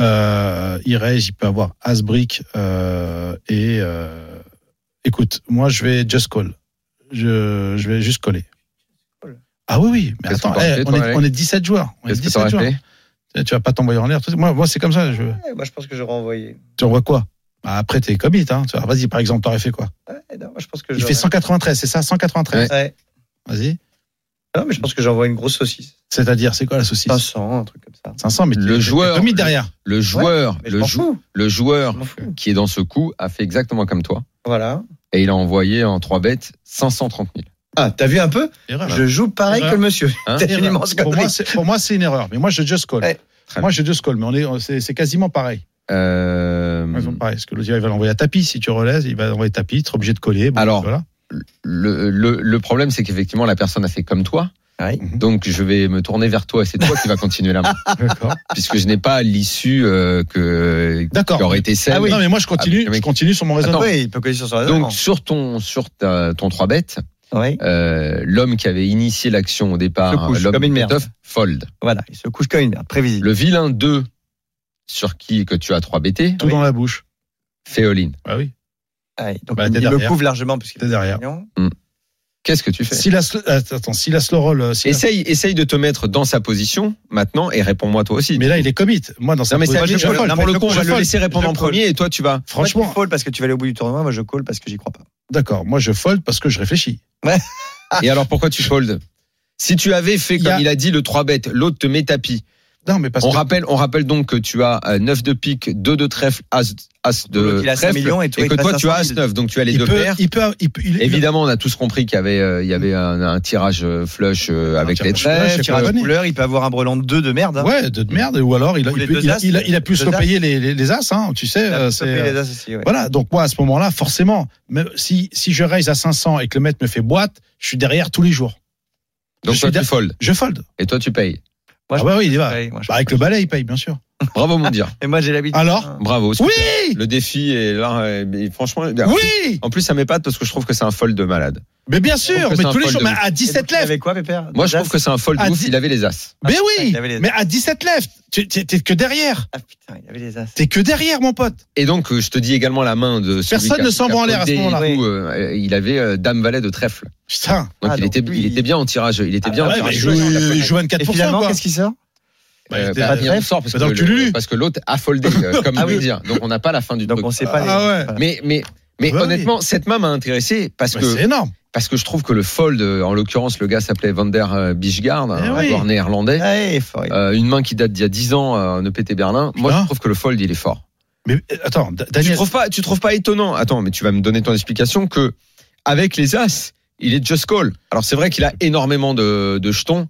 S6: Euh, il raise, il peut avoir Asbrick euh, et euh, écoute, moi je vais just call. Je, je vais juste coller. Ah oui, oui, mais
S5: Qu'est-ce
S6: attends,
S5: que t'aurais
S6: eh,
S5: fait,
S6: on,
S5: toi,
S6: est,
S5: Alex
S6: on est 17 joueurs. On est
S5: Qu'est-ce que
S6: 17
S5: t'aurais
S6: joueurs. Eh,
S5: fait
S6: Tu vas pas t'envoyer en l'air. Moi, moi c'est comme ça. Je,
S7: Ouais, Moi, je pense que j'aurais envoyé.
S6: tu envoies quoi Bah, Après, t'es commit. Hein, Tu vois, Vas-y, par exemple, t'aurais fait quoi
S7: Ouais, non, moi, je pense que
S6: Il
S7: j'aurais-
S6: fait 193, c'est ça 193.
S7: Ouais.
S6: Vas-y.
S7: Non, mais je pense que j'envoie une grosse saucisse.
S6: C'est-à-dire, c'est quoi la saucisse
S7: 500, un truc comme ça.
S6: 500, mais t'es-
S5: Le
S6: t'es
S5: joueur- euh,
S6: commit derrière.
S5: Le joueur,
S7: Mais je
S5: le,
S7: m'en
S5: jou-
S7: fous.
S5: le
S7: Je
S5: joueur
S7: m'en fous.
S5: qui est dans ce coup a fait exactement comme toi
S7: Voilà.
S5: et il a envoyé en 3 bêtes 530 000.
S7: Ah, t'as vu un peu
S6: Erreur.
S7: Je joue pareil
S6: Erreur.
S7: que le monsieur.
S5: Hein
S7: T'as une
S6: Erreur.
S7: immense
S6: Pour moi,
S7: connerie.
S6: c'est- pour moi, c'est une erreur. Mais moi, je just call.
S7: Ouais.
S5: Très
S6: Moi, je just call. Mais on est, on- c'est c'est quasiment pareil.
S5: Euh,
S6: Quasiment pareil. Parce que le gars, il va l'envoyer à tapis. Si tu relèves, il va l'envoyer tapis. Tu seras obligé de coller. Bon,
S5: Alors.
S6: voilà.
S5: le, le- le problème, c'est qu'effectivement, la personne a fait comme toi.
S7: Ouais.
S5: Donc, je vais me tourner vers toi et c'est toi qui va continuer la main,
S6: D'accord.
S5: puisque je n'ai pas l'issue euh, que qui
S6: D'accord.
S5: aurait été celle.
S6: Ah oui. Non, mais moi, je
S5: Ah,
S6: continue.
S5: mais le mec-
S6: je continue sur mon raisonnement.
S5: Attends.
S7: Oui, il peut coller sur son raisonnement.
S5: Donc, sur ton, sur ta- ton 3 bêtes,
S7: Oui.
S5: euh, l'homme qui avait initié l'action au
S7: Se
S5: départ,
S7: couche
S5: l'homme
S7: comme une
S5: du
S7: merde.
S5: cut-off, fold.
S7: Voilà, il se couche comme une merde, prévisible.
S5: Le vilain 2 sur qui que tu as 3 BT,
S6: Tout dans la bouche.
S5: fais all-in.
S6: Ah oui.
S7: Ah, donc
S6: Bah,
S7: il
S6: t'es
S7: il me
S6: derrière.
S7: couvre largement parce qu'il
S6: T'es derrière.
S7: Non.
S5: Qu'est-ce que tu fais
S6: Si la, sl- attends, si la slow roll, euh, si la-
S5: Essaye, essaye de te mettre dans sa position maintenant et réponds-moi toi aussi.
S6: mais là il est commit. Moi dans sa
S5: non, mais c'est
S6: position,
S5: à lui
S6: je
S5: de-
S6: fold.
S5: non, mais
S6: Pour
S5: le con, on
S6: je
S5: va le
S6: fold.
S5: laisser répondre
S6: Je
S5: en
S6: fold.
S5: premier et toi, tu vas.
S7: Franchement,
S6: Franchement,
S7: tu call parce que tu vas aller au bout du tournoi. Moi, je call parce que j'y crois pas.
S6: d'accord. Moi je fold parce que je réfléchis.
S5: Et alors, pourquoi tu fold Si tu avais fait,
S6: Il y
S5: comme
S6: a-
S5: il a dit, le 3 bêtes, l'autre te met tapis.
S6: Non mais parce
S5: On
S6: que
S5: rappelle, on rappelle donc que tu as euh, 9 de pique, 2 de trèfle, as, as de
S7: L'autre, il a 5
S5: trèfle,
S7: millions et toi,
S5: et
S7: il
S5: que
S7: te
S5: toi
S7: passe
S5: tu as
S7: 500
S5: as
S7: 000.
S5: 9, donc tu as les
S6: il
S5: deux
S6: peut,
S5: paires.
S6: il peut, il peut- il-
S5: Évidemment, on a tous compris qu'il y avait, euh, il y avait un, un tirage euh, flush euh, avec
S6: tirage
S5: les
S6: flush, Ouais,
S5: trèfles.
S6: c'est
S7: tirage
S6: pas
S7: de couleur, il peut avoir un brelan de 2 de merde. hein.
S6: Ouais, de de merde. Ou alors il, a-
S7: Ou
S6: il,
S7: les
S6: peut-
S7: deux
S6: il a-
S7: as,
S6: il a- il a pu
S7: les
S6: se
S7: deux as.
S6: repayer les, les, les as, hein, tu sais.
S7: Il a
S6: euh,
S7: pu
S6: c'est,
S7: choper
S6: euh,
S7: les as aussi, ouais.
S6: Voilà, donc moi à ce moment-là, forcément, même si, si je raise à 500 et que le maître me fait boîte, je suis derrière tous les jours.
S5: Donc
S6: Je
S5: toi
S6: suis
S5: tu
S6: d'a-
S5: fold
S6: Je fold.
S5: et toi tu payes.
S7: Moi, je-
S6: ah bah oui, il y va.
S7: Ouais, moi, je-
S6: Bah, avec le balai, il paye, bien sûr.
S5: Bravo mon dire.
S7: Et moi, j'ai l'habitude.
S6: Alors
S7: hein.
S5: Bravo.
S6: Oui
S5: Le défi est là. euh, mais franchement,
S6: Oui
S5: en plus ça m'épate parce que je trouve que c'est un fold de malade.
S6: Mais bien
S5: Je trouve
S6: sûr,
S5: que
S6: mais
S5: c'est un
S6: tous les
S5: fold
S6: jours,
S5: de
S6: mais à
S7: Et
S6: 17
S7: donc, il
S6: lèvres
S7: avait quoi, Pépère
S5: Moi je
S7: Des
S5: trouve que c'est un fold
S6: Ah,
S5: de ouf.
S6: dis-
S5: Il avait les as.
S6: Mais
S7: il
S6: oui
S7: avait les as.
S6: Mais à 17 lèvres tu- tu- T'es que derrière
S7: Ah putain, il avait les as.
S6: T'es que derrière, mon pote
S5: Et donc euh, je te dis également la main de. celui
S6: Personne
S5: qui a-
S6: ne s'en
S5: qui a
S6: branle à ce
S5: foldé et
S6: moment-là.
S5: tout, euh, Il avait euh, dame valet de trèfle.
S6: Putain
S5: Donc
S7: Ah,
S5: il
S7: donc
S5: était,
S7: lui,
S5: il était bien en tirage. Il était
S7: Ah,
S5: bien. en
S7: ouais,
S6: Ouais,
S7: mais
S6: mais
S5: tirage.
S6: il
S7: je-
S6: joue il joue
S7: Et
S6: 24%,
S7: finalement,
S6: quoi
S7: qu'est-ce qui sort
S6: Bah,
S5: Euh,
S6: c'était-
S5: bah,
S7: pas
S5: on sort parce
S6: Bah,
S5: que,
S6: donc, tu
S5: le-
S6: lulus.
S5: parce que l'autre a foldé, euh, comme
S7: Ah
S5: je
S7: oui.
S5: veux dire. Donc on n'a pas la fin du
S7: Donc
S5: truc.
S7: on sait pas.
S6: Ah ouais.
S7: voilà.
S5: Mais mais mais
S6: Ah bah oui.
S5: honnêtement, cette main m'a intéressé parce
S6: Bah,
S5: que
S6: C'est énorme
S5: parce que je trouve que le fold, euh, en l'occurrence, le gars s'appelait Van der euh, Bischgaard,
S6: Eh
S5: un
S6: oui.
S5: joueur néerlandais,
S7: Ouais, il est fort, il est-
S5: euh, une main qui date d'il y a 10 ans, euh, un EPT Berlin. Moi,
S6: Putain.
S5: je trouve que le fold, il est fort.
S6: Mais euh, attends, Da-
S5: Tu
S6: Daniel,
S5: trouves pas, tu trouves pas étonnant Attends, mais tu vas me donner ton explication que avec les as, il est just call. Alors c'est vrai qu'il a énormément de, de jetons,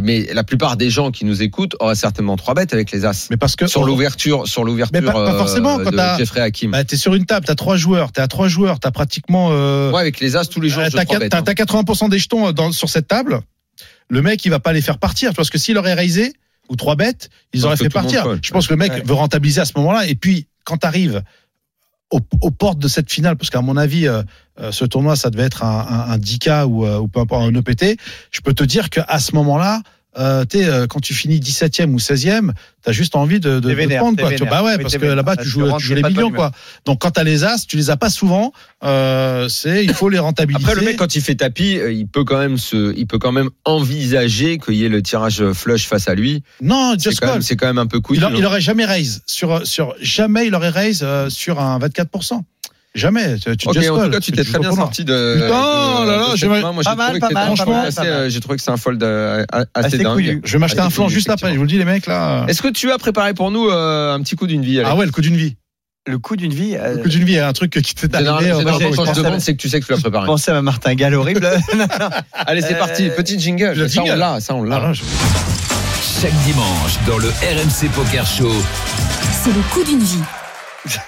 S5: mais, mais la plupart des gens qui nous écoutent auraient certainement trois bêtes avec les as.
S6: mais parce que
S5: sur l'ouverture, sur l'ouverture
S6: Mais pas- pas
S5: euh,
S6: forcément, quand
S5: de
S6: t'as-
S5: Jeffrey Hakim.
S6: Bah, t'es sur une table, t'as trois joueurs, t'es à trois joueurs, t'as pratiquement. Euh,
S5: Moi, avec les as tous les jours,
S6: euh,
S5: je
S6: t'as
S5: trois
S6: quat-
S5: bêtes.
S6: t'as
S5: hein.
S6: t'as 80% des jetons euh, dans, sur cette table. Le mec, il va pas les faire partir. Parce que s'il aurait raisé ou trois bêtes, ils
S5: Parce
S6: auraient
S5: que
S6: fait
S5: Bah, tout le monde
S6: partir.
S5: colle.
S6: Je pense que le mec
S7: Ouais.
S6: veut rentabiliser à ce moment-là. Et puis, quand t'arrives aux, aux portes de cette finale, parce qu'à mon avis, euh, euh, ce tournoi, ça devait être un, un, un 10K ou, euh, ou peu importe, un EPT, je peux te dire qu'à ce moment-là, euh, t'es, euh, quand tu finis 17e ou 16e, t'as juste envie de, de- de,
S7: T'es vénère,
S6: prendre
S7: t'es
S6: quoi. Tu-
S7: vénère.
S6: bah ouais,
S7: Oui,
S6: parce
S7: t'es
S6: que
S7: vénère.
S6: là-bas
S7: Là,
S6: tu
S7: tu
S6: joues, tu
S7: rentres,
S6: joues
S7: t'es
S6: les
S7: pas de
S6: millions
S7: bonne humeur.
S6: quoi. Donc quand t'as les as, tu les as pas souvent. Euh, c'est il faut les rentabiliser.
S5: hein. Après, le mec, quand il fait tapis, euh, il peut quand même se, il peut quand même envisager qu'il y ait le tirage euh, flush face à lui.
S6: non,
S5: C'est
S6: just
S5: quand, même-
S6: call.
S5: c'est quand même un peu hein. cool.
S6: Il, a- il aurait jamais raise sur sur jamais il aurait raise euh, sur un 24 Jamais. Tu, tu
S5: Ok,
S6: just
S5: en tout
S6: call.
S5: cas, tu
S6: Tu
S5: t'es
S6: joues
S5: très
S6: au
S5: bien
S6: tournoi.
S5: sorti de.
S6: Putain,
S5: de-
S6: là, là,
S5: de
S6: j'ai
S5: cette
S6: mal-
S5: main. Moi, j'ai
S7: Pas mal,
S5: trouvé
S7: pas
S5: que
S7: mal,
S5: c'était
S7: pas mal,
S5: assez,
S7: pas mal.
S5: euh, J'ai trouvé que c'est un fold euh, assez,
S7: Assez
S5: dingue.
S7: couillu.
S6: Je vais m'acheter
S5: Ah,
S6: un flanc
S5: oui,
S6: juste après. Je vous le dis les mecs là.
S5: Est-ce que tu as préparé pour nous euh, un petit coup d'une vie Alex
S6: Ah ouais, le coup d'une vie.
S7: Le coup d'une vie. euh,
S6: Le coup d'une vie, il y a un truc qui t'est
S5: Général-
S6: arrivé. euh,
S5: généralement,
S6: moi,
S5: quand
S6: j'ai-
S5: je
S7: pensais
S5: te
S7: à-
S5: demande, c'est que tu sais que tu l'as
S7: Je
S5: préparé.
S7: pensais à ma martingale horrible. Non, non.
S5: Allez, c'est
S7: Euh,
S5: parti. Petit jingle.
S6: le
S5: Ça, on
S6: jingle.
S5: l'a. Ça, on
S6: Ah,
S5: l'a.
S6: là, je-
S4: Chaque dimanche, dans le RMC Poker Show,
S3: C'est le coup d'une vie.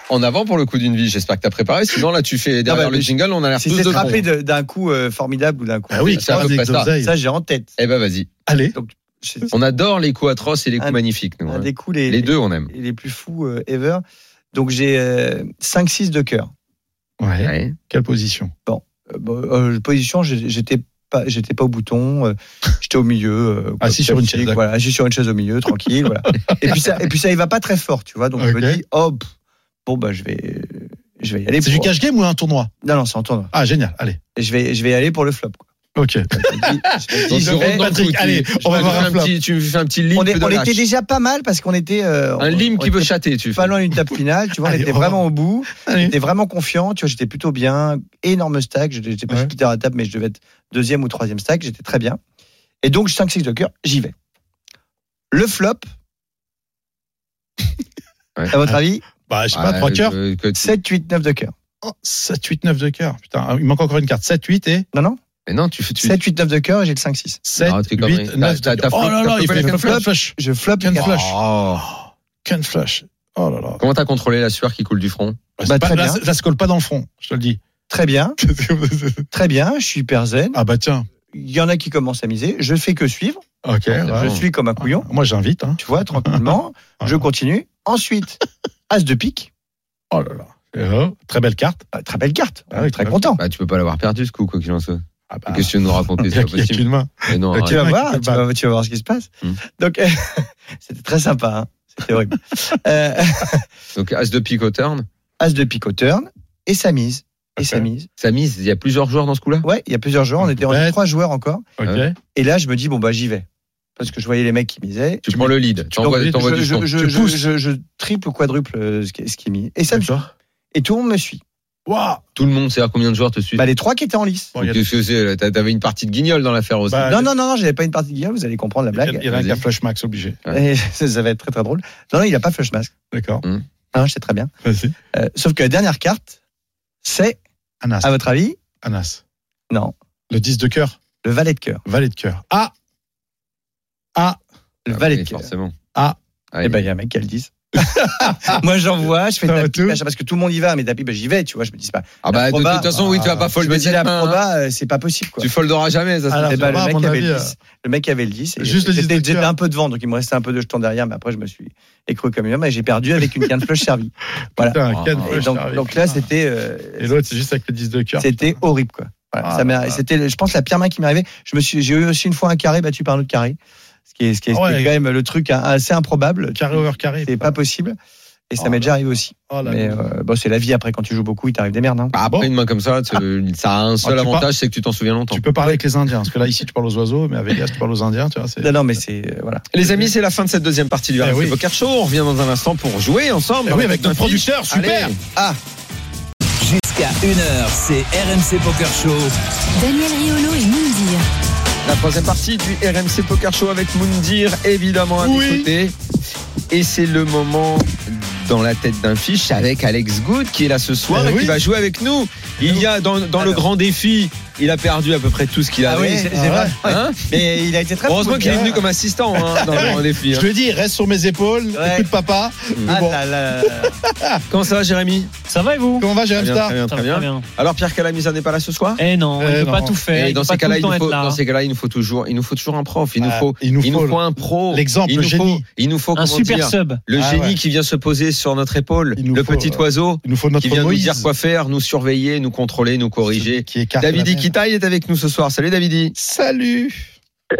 S5: En avant pour le coup d'une vie. J'espère que t'as préparé. Sinon, là, tu fais
S7: Ah
S5: derrière
S7: bah,
S5: le jingle, on a l'air
S7: Si
S5: tous
S7: c'est
S5: de
S7: frappé de- d'un coup euh, formidable ou d'un coup.
S6: Ah oui,
S5: C'est
S6: ça
S5: à peu près ça.
S7: Ça, j'ai en tête.
S5: Eh ben, vas-y.
S6: Allez.
S7: C'est
S5: On adore les coups atroces et les coups
S7: Un-
S5: magnifiques, nous.
S7: un
S5: hein.
S7: des coups les,
S5: Les deux, on aime.
S7: les, plus fous euh, ever. Donc j'ai 5-6 de cœur.
S6: Ouais.
S5: Ouais.
S6: Quelle position
S7: Euh, bon, euh, position, j'ai- j'étais pas, j'étais pas au bouton, euh, j'étais au milieu. euh, quoi,
S6: Assis Ah, sur une chaise, d'accord.
S7: Voilà, assis sur une chaise au milieu, tranquille. voilà. Et puis ça, et puis ça, il va pas très fort, tu vois. Donc je me
S6: Ok.
S7: dis, oh, pff, bon bah je vais, je vais y aller.
S6: C'est du
S7: pour-
S6: cash game ou un tournoi
S7: Non non, c'est en tournoi.
S6: Ah génial. Allez.
S7: Je vais, je vais y aller pour le flop. quoi.
S6: Ok.
S7: Je me dis- je me
S5: Donc,
S7: dis,
S5: je
S7: je vais-
S5: rentre dans le
S6: Patrick,
S5: coup, tu-
S6: allez,
S5: je
S6: on va
S5: te
S6: voir
S5: fais
S6: un flop.
S5: petit- Tu me fais un petit limp
S7: on, est-
S5: de
S7: on était
S5: lâche.
S7: déjà pas mal parce qu'on était euh,
S5: Un
S7: on-
S5: lime
S7: on
S5: qui veut
S7: était
S5: chater, tu fais.
S7: pas loin d'une table finale, tu vois, on
S6: Allez,
S7: était
S6: on va
S7: vraiment
S6: voir.
S7: au bout,
S6: Allez.
S7: j'étais vraiment confiant, tu vois, j'étais plutôt bien, énorme stack, j'étais j'étais pas
S6: Ouais.
S7: super à la table, mais je devais être deuxième ou troisième stack, j'étais très bien. Et donc, 5-6 de cœur, j'y vais. Le flop,
S5: Ouais.
S7: à votre avis,
S6: Bah je sais pas trois
S5: Ouais,
S6: cœurs.
S5: euh, que-
S7: 7, 8, 9 de cœur.
S6: Oh, 7, 8, 9 de cœur. Putain, ah, il manque encore une carte. 7, 8 et
S7: Non, non
S5: Mais non, tu fais. tu-
S7: 7, 8, 9 de cœur et j'ai le 5-6.
S6: 7,
S5: Non, t'es
S6: 8,
S5: connerie.
S6: 9
S5: T'as- t'as-
S6: de cœur.
S5: t'as
S6: Oh
S5: flop,
S6: là
S5: t'as
S6: là,
S5: flopé
S6: il fait
S5: la
S6: une
S5: flop.
S6: flop flush.
S7: Je flop
S6: Ken
S7: quatre.
S6: flush.
S5: Oh.
S6: Ken flush. Oh là là.
S5: Comment t'as contrôlé la sueur qui coule du front
S6: Bah, c'est
S7: Bah,
S6: pas-
S7: très
S6: là,
S7: bien.
S6: ça- ça se colle pas dans le front, je te le dis.
S7: Très bien, très bien, je suis hyper zen.
S6: ah bah tiens.
S7: Il y en a qui commencent à miser, je fais que suivre,
S6: Ok.
S5: Ah
S7: je
S5: bon.
S7: suis comme un couillon,
S6: Moi j'invite. Hein.
S7: tu vois, tranquillement, je continue. Ensuite, as de pique,
S6: Oh là là. Et oh, très belle carte.
S7: Ah, très belle carte,
S6: Ah oui,
S7: très
S6: très
S7: content.
S5: Bah, tu peux pas l'avoir perdu ce coup, quoi qu'il en soit.
S6: Ah bah,
S5: Qu'est-ce que tu veux nous raconter
S6: il
S5: C'est
S6: y a,
S5: pas
S6: il y a
S5: possible.
S6: qu'une main.
S5: Mais non,
S7: Euh,
S5: arrête.
S7: tu vas
S6: ouais,
S7: voir,
S6: quelques
S7: tu vas, tu vas voir ce qui se passe.
S5: Hmm.
S7: Donc, euh, c'était très sympa. hein. C'est horrible. Euh,
S5: Donc As de pique au turn.
S7: As de pique au turn et sa mise. Et sa
S8: Ok.
S7: mise.
S5: Ça mise, il y a plusieurs joueurs dans ce coup-là
S7: Ouais, il y a plusieurs joueurs. On était
S6: Ouais.
S7: en trois joueurs encore.
S6: Ok.
S5: Ouais.
S7: Et là, je me dis, bon, bah, j'y vais. Parce que je voyais les mecs qui misaient.
S5: Tu prends le lead, tu envoies,
S7: Donc,
S5: t'envoies
S7: je,
S5: du
S7: je-
S5: son.
S7: je-
S5: Tu
S7: je-
S5: pousses.
S7: je- je triple ou quadruple euh, ce qui ce qui est mis. Et ça me suit. Et tout le monde me suit.
S6: Waouh
S5: Tout le monde, c'est-à-dire combien de joueurs te suivent
S7: Bah, les trois qui étaient en lice.
S6: Bon,
S5: Donc,
S6: il y a-
S5: qu'est-ce que c'est, là T'as- T'avais une partie de guignol dans l'affaire aussi.
S6: Bah,
S7: Non, non, non, non, j'avais pas une partie de guerre, vous allez comprendre la
S6: Il y a-
S7: blague.
S6: il y en a un qui a
S5: Vas-y.
S6: Flash Max obligé.
S7: Et ça, ça va être très très drôle. Non, non, il a pas flush mask.
S6: D'accord.
S7: Hein, je sais très bien.
S6: Vas-y.
S7: Euh, sauf que la dernière carte, c'est,
S6: Un
S5: Ah
S6: as.
S7: à votre avis,
S6: Un as.
S7: non,
S6: Le 10 de cœur.
S7: le valet de cœur.
S6: Valet de cœur. Ah Ah
S7: Le
S5: Ah,
S7: valet
S5: oui,
S7: de cœur.
S5: Forcément.
S6: Ah.
S5: Ah,
S7: Eh ben, il y a un mec qui a le 10. Moi, j'en vois, je fais
S6: Ça va
S7: tapis,
S6: tout
S7: machin, parce que tout le monde y va, mais tapis, ben, j'y vais, tu vois, je me dis c'est pas.
S5: Ah bah, de
S7: proba-
S5: toute façon, oui, tu vas pas
S7: Je
S5: fold
S7: me
S5: bet
S7: dis
S5: la
S7: la
S5: main, hein.
S7: proba, euh, c'est pas possible, quoi.
S5: Tu folderas jamais, ça. c'est-
S6: Alors,
S7: Eh ben,
S6: ça va,
S7: le,
S6: à
S7: mec
S6: mon
S7: avait le,
S5: hein.
S6: avis,
S7: 10. le mec avait le 10. et
S6: Juste le 10 de
S7: J'étais j'étais
S6: cœur.
S7: un peu devant, donc il me restait un peu de jetons derrière, mais après, je me suis écroué comme une homme et j'ai perdu avec une quinte flush servie. Voilà.
S6: Putain,
S5: Ah,
S6: quatre
S5: ah,
S7: Et
S6: flush,
S7: donc,
S6: Harvey.
S7: donc là,
S6: Putain.
S7: c'était. euh,
S6: hein. Et l'autre, c'est juste avec le 10 de cœur.
S7: C'était horrible, quoi. Voilà,
S6: Ah,
S7: ça m'est-
S6: ah.
S7: C'était, je pense, la pire main qui m'est arrivée. Je me suis, j'ai eu aussi une fois un carré battu par un autre carré, ce qui est, ce qui est, ce qui
S6: Ah
S7: est
S6: Ouais.
S7: quand même le truc assez improbable.
S6: Carré over carré.
S7: C'est pas possible. Et ça
S6: Oh
S7: m'est
S6: là
S7: déjà arrivé aussi.
S6: Oh là
S7: Mais
S6: là.
S7: euh, bon, c'est la vie. Après, quand tu joues beaucoup, il t'arrive des merdes. Hein.
S5: Bah,
S6: bon
S5: Après, une main comme ça, tu- ça a un seul
S6: Ah, tu
S5: avantage,
S6: pars-
S5: c'est que tu t'en souviens longtemps.
S6: Tu peux parler avec les Indiens, parce que là, ici, tu parles aux oiseaux, mais à Vegas, tu parles aux Indiens, tu vois. c'est-
S7: Non, non, mais c'est euh, voilà.
S5: Les amis, c'est la fin de cette deuxième partie du
S6: Eh
S5: RMC
S6: oui.
S5: Poker Show. On revient dans un instant pour jouer ensemble.
S6: Eh oui, avec notre producteur, super
S5: Allez.
S4: Jusqu'à 1h, c'est RMC Poker Show.
S3: Daniel Riolo et Moundir.
S5: La troisième partie du RMC Poker Show avec Moundir, évidemment, à mes
S6: Oui.
S5: côtés. Et c'est le moment dans la tête d'un fiche avec Alex Good qui est là ce soir
S6: Eh
S5: et
S6: oui.
S5: qui va jouer avec nous. Il y a dans, dans le
S7: Alors.
S5: grand défi, il a perdu à peu près tout ce qu'il
S7: Ah oui,
S5: avait.
S7: c'est-
S6: Ah
S7: c'est vrai.
S6: ouais.
S5: Hein
S7: Mais il a été très.
S5: Heureusement
S7: fou,
S5: qu'il est
S7: hein.
S5: venu comme assistant hein, dans le grand défi.
S6: Je
S5: hein.
S6: te le dis, reste sur mes épaules,
S7: Ouais.
S6: écoute papa.
S7: Ah
S6: bon.
S7: là là.
S5: Comment ça va, Jérémy
S9: Ça va et vous
S6: Comment va,
S5: Très
S6: Jérôme
S5: bien,
S6: Star
S5: très
S9: Ça
S5: bien, très
S9: va
S5: bien.
S9: très bien.
S5: Alors Pierre Calamisa n'est pas là ce soir
S9: Eh non,
S6: Eh
S9: il ne
S6: non.
S9: peut pas tout faire.
S5: Et
S9: il
S5: dans
S9: peut
S5: ces
S9: pas tout
S5: cas-là,
S9: le
S5: il,
S9: temps
S5: nous faut-
S9: être là. hein.
S5: dans ces cas-là, il nous faut toujours, il nous faut toujours un prof. Il nous
S6: Ah,
S5: faut,
S6: il nous
S5: il nous
S6: faut
S5: faut un pro.
S6: l'exemple,
S5: Il nous
S6: le
S5: faut-
S6: génie.
S5: il nous faut
S9: Un
S5: comment
S9: super
S5: dire,
S9: sub.
S5: le
S6: Ah
S5: génie
S6: ouais.
S5: qui vient se poser sur notre épaule,
S6: Il nous
S5: le
S6: faut,
S5: petit
S6: euh,
S5: oiseau
S6: Il nous faut notre
S5: qui vient
S6: Moïse.
S5: nous dire quoi faire, nous surveiller, nous contrôler, nous corriger.
S6: Qui écarte la
S5: Davidi
S6: mer.
S5: Kitaï est avec nous ce soir. Salut Davidi.
S6: Salut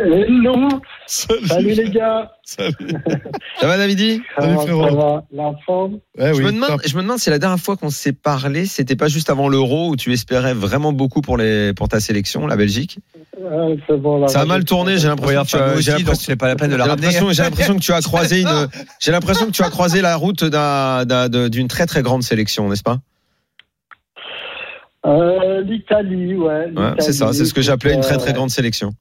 S10: Hello,
S6: Salut,
S10: salut les gars.
S6: Salut.
S5: Ça va Davidi
S6: Salut,
S10: Comment ça
S6: frérot.
S10: va La forme
S6: Ouais,
S5: je,
S6: Eh oui,
S5: me demande,
S6: top.
S5: je me demande si la dernière fois qu'on s'est parlé, c'était pas juste avant l'Euro où tu espérais vraiment beaucoup pour les pour ta sélection, la Belgique.
S10: Euh, c'est
S6: Bah,
S10: bon, là,
S5: Ça a mal tourné, j'ai
S7: Oui,
S5: l'impression. que tu
S7: enfin,
S5: as-
S7: nous
S5: j'ai
S7: aussi, donc
S5: l'impression-
S7: c'est pas la peine de
S5: J'ai
S7: la ramener.
S5: l'impression, j'ai l'impression que tu as croisé une, j'ai l'impression que tu as croisé la route d'un- d'un- de- d'une très très grande sélection, n'est-ce pas
S10: Euh, L'Italie, ouais.
S5: Ouais,
S10: l'Italie,
S5: C'est ça, c'est ce que
S10: écoute,
S5: j'appelais une très
S10: euh,
S5: très grande sélection.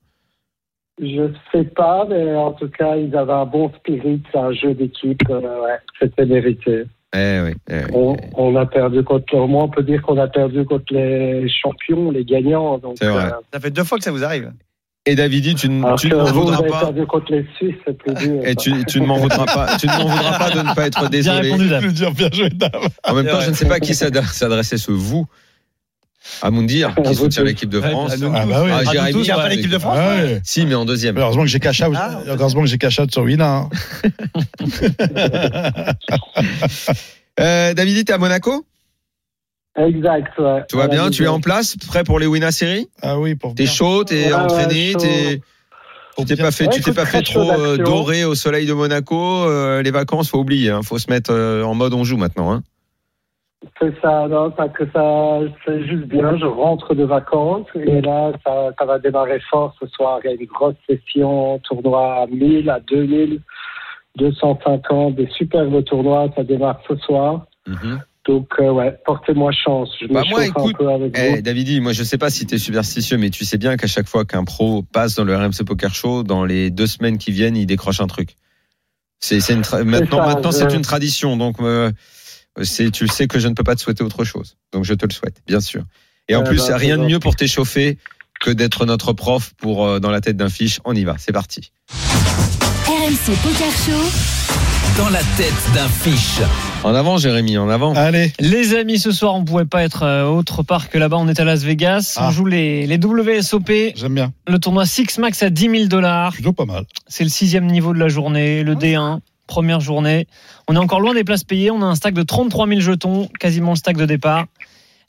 S10: Je sais pas, mais en tout cas, ils avaient un bon spirit, c'est un jeu d'équipe. euh, ouais, c'était mérité.
S5: Eh oui, eh oui.
S10: On, on a perdu contre, au moins, on peut dire qu'on a perdu contre les champions, les gagnants. Donc,
S5: C'est vrai.
S7: Ça fait deux fois que ça vous arrive.
S5: Et Davidi, tu, ne-
S10: alors
S5: tu
S10: que
S5: ne m'en
S10: vous, vous
S5: voudras
S10: avez
S5: pas.
S10: perdu contre les Suisses, c'est plus dur.
S5: Et
S10: ça.
S5: tu, tu ne m'en voudras pas. Tu ne m'en voudras pas de ne pas être
S9: Bien
S5: désolé.
S9: répondu, Dan.
S6: Je veux dire, bien joué, dame.
S5: En même temps,
S7: Ouais.
S5: je ne sais pas à qui s'ad- s'adressait ce vous. À Moundir,
S10: À
S5: qui
S10: vous
S5: soutient
S10: tous.
S5: l'équipe de
S9: Ouais,
S5: France.
S7: à nous
S6: Ah
S7: tous.
S6: bah oui.
S5: Ah,
S6: Ah,
S5: Jérémy,
S7: Il y a pas
S5: ouais.
S7: l'équipe de France.
S6: ouais.
S5: Si, mais en deuxième.
S6: Heureusement que j'ai cash out.
S7: Ah.
S6: Heureusement que j'ai cash out sur Wina. hein.
S5: Euh, Davidi, t'es à Monaco
S10: Exact, ouais.
S5: Tout va
S10: Voilà,
S5: bien
S10: les
S5: Tu es
S10: gars.
S5: en place Prêt pour les Wina Série
S6: Ah oui, pour
S5: T'es
S6: bien-
S5: chaud T'es
S10: Ouais,
S5: entraîné
S10: ouais, chaud.
S5: t'es- Tu
S6: pour
S5: t'es
S6: bien-
S5: pas fait,
S10: Ouais,
S5: tu t'es
S10: écoute,
S5: pas fait
S10: très chaud hein.
S5: trop euh,
S10: d'action.
S5: doré au soleil de Monaco. euh, les vacances, faut oublier. Hein, faut se mettre euh, en mode on joue maintenant. Hein.
S10: C'est ça, non, ça, que ça, c'est juste bien. Je rentre de vacances et là, ça, ça va démarrer fort ce soir. Il y a une grosse session, tournoi à 1000, à 2000, 250, des superbes tournois. Ça démarre ce soir. Donc, euh, ouais, portez-moi chance. Je me
S5: Bah, moi,
S10: chauffe
S5: écoute,
S10: un peu avec
S5: Eh,
S10: vous.
S5: Davidi, moi je sais pas si t'es superstitieux, mais tu sais bien qu'à chaque fois qu'un pro passe dans le RMC Poker Show, dans les deux semaines qui viennent, il décroche un truc. C'est c'est une tra- maintenant,
S10: ça,
S5: maintenant
S10: je-
S5: c'est une tradition, donc euh, c'est tu sais que je ne peux pas te souhaiter autre chose. Donc je te le souhaite, bien sûr. Et en
S10: Ah,
S5: plus,
S10: bah,
S5: rien de
S10: c'est
S5: mieux pour t'échauffer que d'être notre prof pour euh, dans la tête d'un fiche. On y va, c'est parti.
S3: RMC Poker Show.
S4: Dans la tête d'un fiche.
S5: En avant, Jérémy, en avant.
S6: Allez,
S9: Euh, Les amis, ce soir, on ne pouvait pas être euh, autre part que là-bas. On est à Las Vegas.
S6: Ah.
S9: On joue les, les WSOP,
S6: j'aime bien.
S9: le tournoi Six Max à 10 000 dollars.
S6: Plutôt pas mal.
S9: C'est le sixième niveau de la journée, le D1, première journée. On est encore loin des places payées. On a un stack de 33 000 jetons, quasiment le stack de départ.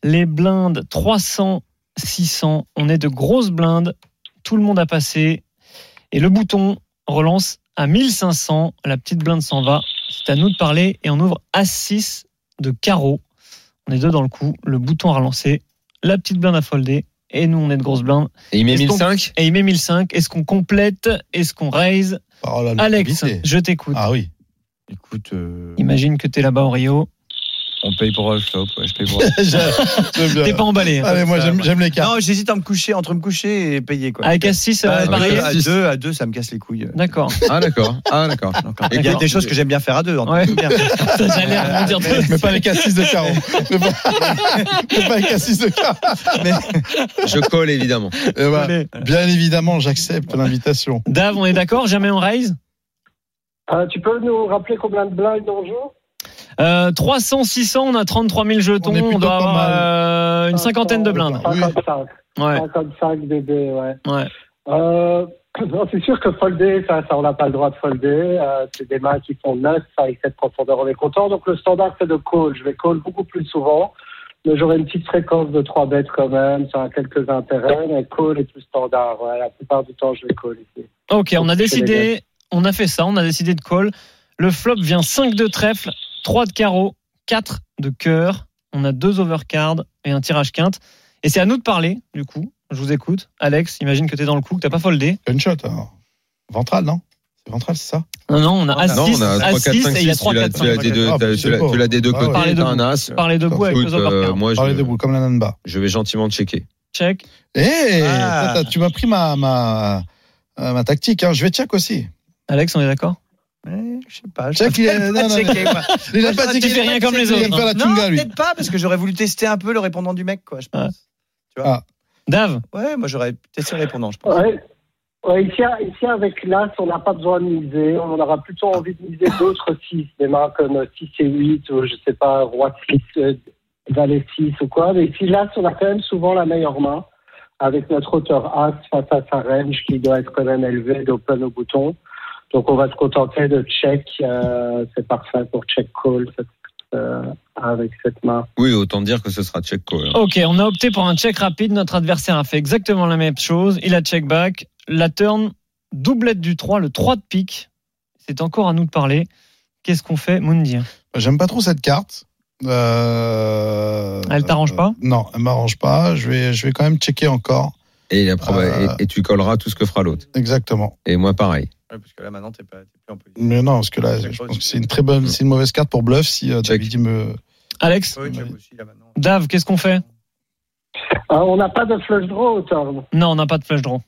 S9: Les blindes, 300, 600. On est de grosses blindes. Tout le monde a passé. Et le bouton relance à 1500. La petite blinde s'en va. C'est à nous de parler et on ouvre As-6 de carreau. On est deux dans le coup, le bouton à relancer, la petite blinde à folder et nous on est de grosse blinde.
S5: Et il met
S9: Est-ce qu'on-
S5: 1005
S9: Et il met 1005. Est-ce qu'on complète Est-ce qu'on raise
S6: Oh là, le
S9: Alex,
S6: comité.
S9: je t'écoute.
S6: Ah oui.
S5: Écoute, euh,
S9: Imagine que t'es là-bas au Rio.
S5: on paye pour le flop. ouais, Oh, je paye pour.
S6: Je- je-
S9: T'es pas emballé. hein.
S6: Allez, moi,
S7: Ça,
S6: j'aime
S7: ouais.
S6: j'aime les cartes.
S7: Non, j'hésite à me coucher, entre me coucher et payer quoi.
S9: Avec As-6,
S7: Ah,
S9: euh,
S7: deux,
S9: pareil.
S7: à deux, à deux, ça me casse les couilles.
S9: D'accord.
S5: Ah d'accord, ah d'accord.
S7: Donc, Il y a
S9: D'accord.
S7: des choses que j'aime bien faire à deux. en
S9: Ouais.
S7: tout cas.
S9: J'allais
S5: Euh,
S9: rebondir dessus.
S6: Mais pas les cassis de carreau. Mais pas, mais pas les cassis de carreau.
S5: Je colle évidemment.
S6: Eh ben, bien évidemment, j'accepte l'invitation.
S9: Dave, on est d'accord Jamais on raise
S10: Euh, tu peux nous rappeler combien de blindes on joue
S9: Euh, 300, 600, on a 33 000 jetons.
S6: On est
S9: On,
S6: plutôt
S9: doit
S6: pas
S9: avoir
S6: mal.
S9: euh, une cinquantaine de blindes.
S10: 55.
S9: Ouais,
S10: 55 bébés, ouais.
S9: ouais.
S10: Euh, non, c'est sûr que folder, ça, ça on n'a pas le droit de folder. Euh, c'est des mains qui font neuf, ça, avec cette profondeur, on est content. Donc le standard, c'est de call. Je vais call beaucoup plus souvent, mais j'aurai une petite fréquence de 3 bêtes quand même. Ça a quelques intérêts, mais call est plus standard. Ouais. La plupart du temps, je vais call ici.
S9: Ok, on a
S10: C'est
S9: décidé, on a fait ça, on a décidé de call. Le flop vient 5 de trèfle, 3 de carreau, 4 de cœur. On a 2 overcards et un tirage quinte. Et c'est à nous de parler, du coup. Je vous écoute. Alex, imagine que t'es dans le coup, que t'as pas foldé.
S6: Gunshot, alors. Ventral, non C'est ventral, c'est ça
S9: Non, non, on a As-6,
S5: Ah, non, on a 3, 4, 5,
S9: et il y a
S5: 6.
S9: 3,
S5: Tu l'as
S9: 4,
S5: tu l'as
S9: 5.
S5: des deux,
S6: Ah,
S5: t'as-
S6: je
S5: tu
S6: sais
S5: l'as-
S6: pas.
S5: tu l'as des deux
S6: Ah ouais.
S5: côtés.
S9: Parlez
S5: T'as
S9: debout.
S5: un as.
S9: Par les debout avec
S5: Écoute,
S9: les
S5: euh,
S9: overcards.
S5: moi,
S6: Parlez
S5: je,
S6: debout, comme la Nanba.
S5: je vais gentiment checker.
S9: Check.
S6: Eh,
S7: Ah.
S6: toi, t'as- tu m'as pris ma, ma, euh, ma tactique. Hein. Je vais check aussi.
S9: Alex, on est d'accord
S7: Ouais, je sais pas. je
S6: Check, il est. Non, non, non.
S7: Checker, moi.
S6: Il
S7: Moi,
S6: a
S7: je
S6: pas
S7: crois
S6: dit
S7: que
S6: qu'il
S9: tu fais
S6: a
S9: rien
S6: pas
S9: comme
S6: checké,
S9: les
S6: il aime
S9: autres,
S6: faire la
S7: Non,
S6: tunga, lui.
S7: peut-être pas, parce que j'aurais voulu tester un peu le répondant du mec, quoi. Je pense.
S9: Dave
S7: Ouais, moi j'aurais testé le répondant, je pense.
S10: Ouais. Ouais, ici, à- ici, avec l'As, on n'a pas besoin de miser. On aura plutôt envie de miser d'autres 6, des mains comme 6 et 8, ou je sais pas, Roi 6, euh, Valet 6 ou quoi. Mais ici, l'As, on a quand même souvent la meilleure main, avec notre hauteur As face à sa range qui doit être quand même élevée d'open au bouton. Donc, on va se contenter de check. euh, c'est parfait pour check call cette- euh, avec cette main.
S5: Oui, autant dire que ce sera check call. hein.
S9: Ok, on a opté pour un check rapide. Notre adversaire a fait exactement la même chose. Il a check back. La turn, doublette du 3, le 3 de pique. C'est encore à nous de parler. Qu'est-ce qu'on fait, Mundi
S6: J'aime pas trop cette carte. Euh,
S9: Elle t'arrange pas
S6: euh, Non, elle m'arrange pas. Je vais, je vais quand même checker encore.
S5: Et, la proba-
S6: Euh.
S5: et, et tu colleras tout ce que fera l'autre.
S6: Exactement.
S5: Et moi, pareil.
S7: Ouais, parce que là maintenant, t'es pas- t'es plus en position.
S6: Mais non, parce que là, je pense que c'est une très bonne,
S7: Mm.
S6: c'est une mauvaise carte pour bluff si euh,
S5: Check.
S6: David il me.
S9: Alex
S7: Ouais, j'avoue aussi, là, maintenant.
S9: Dave, qu'est-ce qu'on fait
S10: Euh, on n'a pas de flush draw au turn.
S9: Non, on n'a pas de flush draw.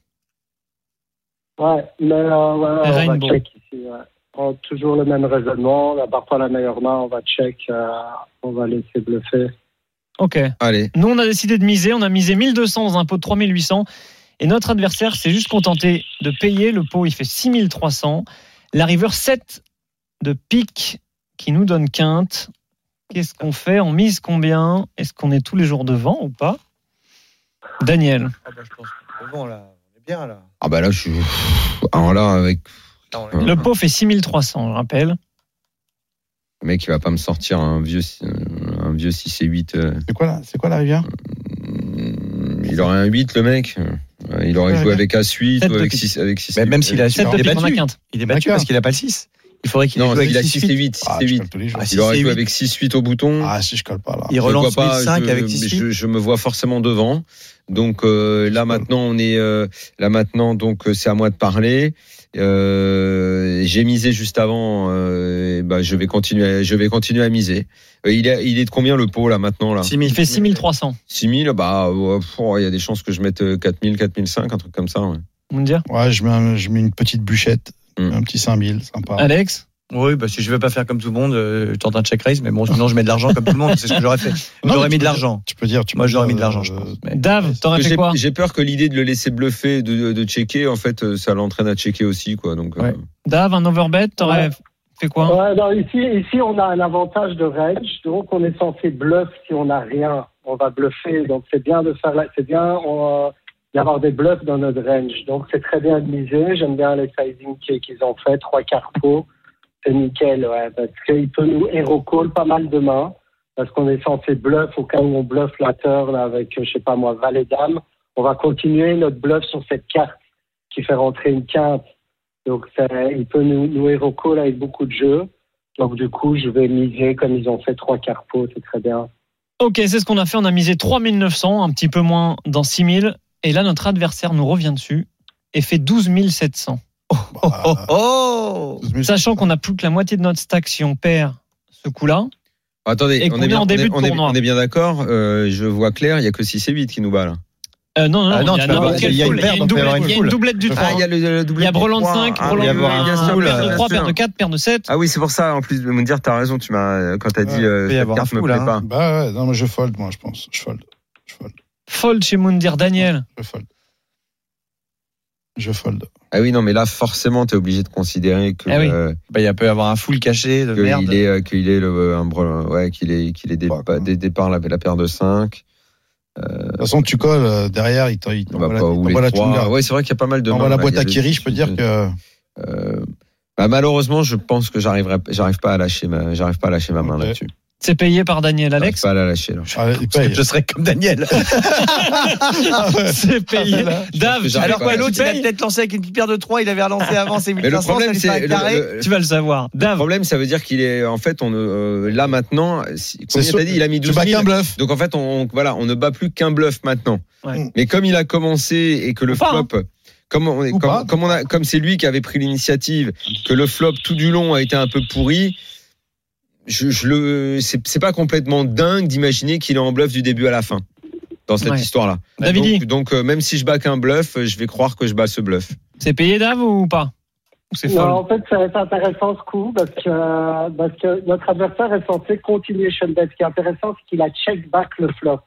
S10: Ouais, mais euh, ouais, on
S9: Rainbow.
S10: va check ici. Ouais. On a toujours le même raisonnement. On a parfois la meilleure main. On va check. euh, on va laisser bluffer.
S9: Ok.
S5: Allez,
S9: Nous, on a décidé de miser. On a misé 1200 dans un pot de 3800. Et notre adversaire s'est juste contenté de payer. Le pot, il fait 6300. La river 7 de pique qui nous donne quinte. Qu'est-ce qu'on fait On mise combien Est-ce qu'on est tous les jours devant ou pas Daniel.
S7: Ah, bah, je pense que c'est bon, là. On est bien, là.
S5: ah bah là, je suis. Alors là, avec
S7: Là, on est-
S5: Ouais.
S9: Le pot fait 6300, je rappelle.
S5: le mec, il va pas me sortir un vieux, si- un vieux 6 et 8. euh,
S6: C'est quoi là C'est quoi la rivière
S5: Mm, Il aurait un 8, le mec. Euh, Il aurait
S6: Ouais,
S5: joué
S6: ouais.
S5: avec As-8
S9: Sept
S5: ou avec
S9: de pique.
S5: 6. Avec 6
S7: Mais Bah, même s'il a
S9: Sept
S7: Non,
S9: de
S7: il est
S9: pique, on a
S7: battu.
S9: quinte.
S7: Il est battu
S6: D'accord.
S7: parce qu'il a pas le 6. Il faudrait qu'il
S5: Non,
S7: joue avec
S5: il a 6 et
S7: 6-8.
S5: 8.
S6: Ah, je
S5: 6 et 8.
S6: colle tous les jours.
S7: Ah, si,
S5: Il aurait
S7: c'est
S5: joué
S7: huit.
S5: avec 6-8 au bouton.
S6: Ah, si je colle pas là.
S7: Il
S5: Je
S7: relance
S5: vois pas,
S7: 8-5
S5: je-
S7: avec
S5: mais
S7: 6-8.
S5: je, je me vois forcément devant. Donc euh, là maintenant on est euh, là maintenant donc euh, c'est à moi de parler. Euh, J'ai misé juste avant. euh, et bah, je vais continuer. à- Je vais continuer à miser. Euh, il, est, il est de combien le pot là maintenant là
S7: 6000.
S9: Il fait 6300.
S5: 6000 Bah ouais, pff, oh, il y a des chances que je mette euh, 4000, 4005, un truc comme ça. ouais.
S9: Vous me dire
S6: Ouais, je mets, un- je mets une petite bûchette,
S7: Mm.
S5: Hmm.
S6: un petit 5000, sympa.
S9: Alex
S7: Oui, bah, si je veux pas faire comme tout le monde, euh, je tente un check raise, mais bon, sinon je mets de l'argent comme tout le monde, c'est ce que j'aurais fait.
S6: Non, mais
S7: J'aurais mis
S6: tu
S7: de
S6: peux-
S7: l'argent.
S6: Tu peux dire, tu
S7: Moi,
S6: peux
S7: j'aurais mis
S6: dire,
S7: de l'argent, je
S6: euh,
S7: pense. Mais-
S9: Dave, t'aurais
S5: Parce que
S9: fait
S5: j'ai-
S9: quoi
S5: J'ai peur que l'idée de le laisser bluffer, de, de checker, en fait, euh, ça l'entraîne à checker aussi, quoi. Donc, euh,
S7: Ouais.
S9: Dave, un overbet, t'aurais fait quoi
S10: Ouais, non, ici, ici, on a un avantage de range, donc on est censé bluff si on n'a rien. On va bluffer, donc c'est bien de faire, la- c'est bien on, euh, d'avoir des bluffs dans notre range. Donc c'est très bien de miser. J'aime bien les sizing qui- qu'ils ont fait, trois quarts pot, c'est nickel, ouais, parce qu'il peut nous hero call pas mal demain, parce qu'on est censé bluff au cas où on bluffe la turn avec, euh, je sais pas moi, valet dame. On va continuer notre bluff sur cette carte qui fait rentrer une quinte. Donc ça, il peut nous, nous hero call avec beaucoup de jeux. Donc du coup, je vais miser comme ils ont fait trois quarts pot, c'est très bien.
S9: Ok, c'est ce qu'on a fait. On a misé 3900, un petit peu moins dans 6000. Et là, notre adversaire nous revient dessus et fait 12 700.
S6: Bah,
S7: Oh, oh
S9: Sachant qu'on a plus que la moitié de notre stack si on perd ce coup-là.
S5: Attendez,
S9: Et
S5: on
S9: qu'on est
S5: est bien,
S9: en
S5: on
S9: début
S5: est-
S9: de
S5: on est-
S9: tournoi.
S5: on est bien d'accord. euh, je vois clair, il y a que 6 et 8 qui nous bat là.
S9: Euh, non, non,
S7: Ah non,
S9: il y a
S7: tu peux
S9: n'importe
S7: avoir-
S9: quelle
S7: il y a une
S9: foule. il y
S7: paire,
S9: a
S7: donc
S9: une
S7: il peut y avoir
S9: doublette, il y a
S7: une
S9: une doublette
S7: Ah,
S9: du 3.
S5: le, le
S9: Ah, hein. Il y a Brelan 5,
S5: Ah,
S9: Brelan
S7: il y a euh, avoir
S9: 1,
S7: un
S5: bien sûr,
S9: paire de
S5: bien
S9: 3,
S5: sûr.
S9: paire de 4, paire de 7.
S5: Ah oui, c'est pour ça. En plus de me dire, t'as raison. Tu m'as quand t'as dit
S6: Ouais,
S5: euh,
S7: peut y
S5: cette
S7: avoir
S5: carte
S7: un
S5: me
S7: fou,
S5: plaît
S7: là,
S5: pas.
S7: hein.
S6: Bah ouais, non, moi je fold, moi je pense. Je fold. Je fold.
S9: Fold chez Moundir Daniel.
S6: Je fold. Je fold.
S5: Ah oui, non, mais là forcément, t'es obligé de considérer que
S9: Ah oui.
S5: euh,
S7: Bah, il y a peut y avoir un full caché de
S5: que
S7: merde.
S5: il est euh, qu'il est le un Brelan, ouais, qu'il est qu'il est des,
S6: Bah,
S5: pas- des départs la, la paire de 5.
S6: De toute façon, tu colles euh, derrière, il t'en- il
S5: On va
S6: t'envoie la,
S5: pas
S6: il
S5: ou
S6: t'envoie
S5: les
S6: la
S5: trois.
S6: chunga.
S5: Ouais, c'est vrai qu'il y a pas mal de.
S6: Il
S5: mains,
S6: t'envoie la
S5: là.
S6: boîte
S5: Il y a
S6: à
S5: des-
S6: Kiri, je peux dire que.
S5: Euh, bah, malheureusement, je pense que j'arriverai, j'arrive pas à lâcher ma, j'arrive pas à lâcher ma main
S6: Ok.
S5: là-dessus.
S9: C'est payé par Daniel
S5: J'arrive
S9: Alex.
S5: pas à la lâcher. Là.
S6: Ah, il
S7: Parce que
S6: paye.
S7: je serais comme Daniel.
S9: C'est payé. Dave,
S5: que
S9: tu
S5: j'arrive
S9: fais
S7: Alors
S5: pas
S9: quoi
S7: que l'autre,
S9: l'autre
S7: il a
S9: paye
S7: peut-être lancé avec une petite paire de 3, il avait relancé avant ses
S5: Mais le
S7: 1500,
S5: problème,
S7: ça lui fait
S5: c'est
S7: un carré.
S5: le- le-
S9: Tu vas le savoir.
S5: Le
S9: Dave,
S5: problème, ça veut dire qu'il est, en fait, on euh, là maintenant, si-
S6: C'est
S5: combien
S6: sûr-
S5: t'as dit Il a mis
S6: Tu
S5: 12
S6: bats
S5: 000.
S6: qu'un bluff.
S5: Donc en fait, on, on- voilà, on ne bat plus qu'un bluff maintenant.
S6: Mm.
S9: Ouais.
S5: Mais comme il a commencé et que le
S9: Ou pas, hein.
S5: flop, comme on est,
S6: Ou pas.
S5: comme, comme on a, comme c'est lui qui avait pris l'initiative, que le flop tout du long a été un peu pourri. Je, je le, c'est c'est pas complètement dingue d'imaginer qu'il est en bluff du début à la fin dans cette
S9: Ouais.
S5: histoire-là.
S9: David
S5: Donc, donc, euh, même si je bats qu'un bluff, euh, je vais croire que je bats ce bluff.
S9: c'est payé Dave ou pas Ou c'est
S10: Non,
S9: fold
S10: en fait, c'est intéressant ce coup parce que, parce que notre adversaire est censé continuer Shunbet. Ce qui est intéressant, c'est qu'il a check back le flop.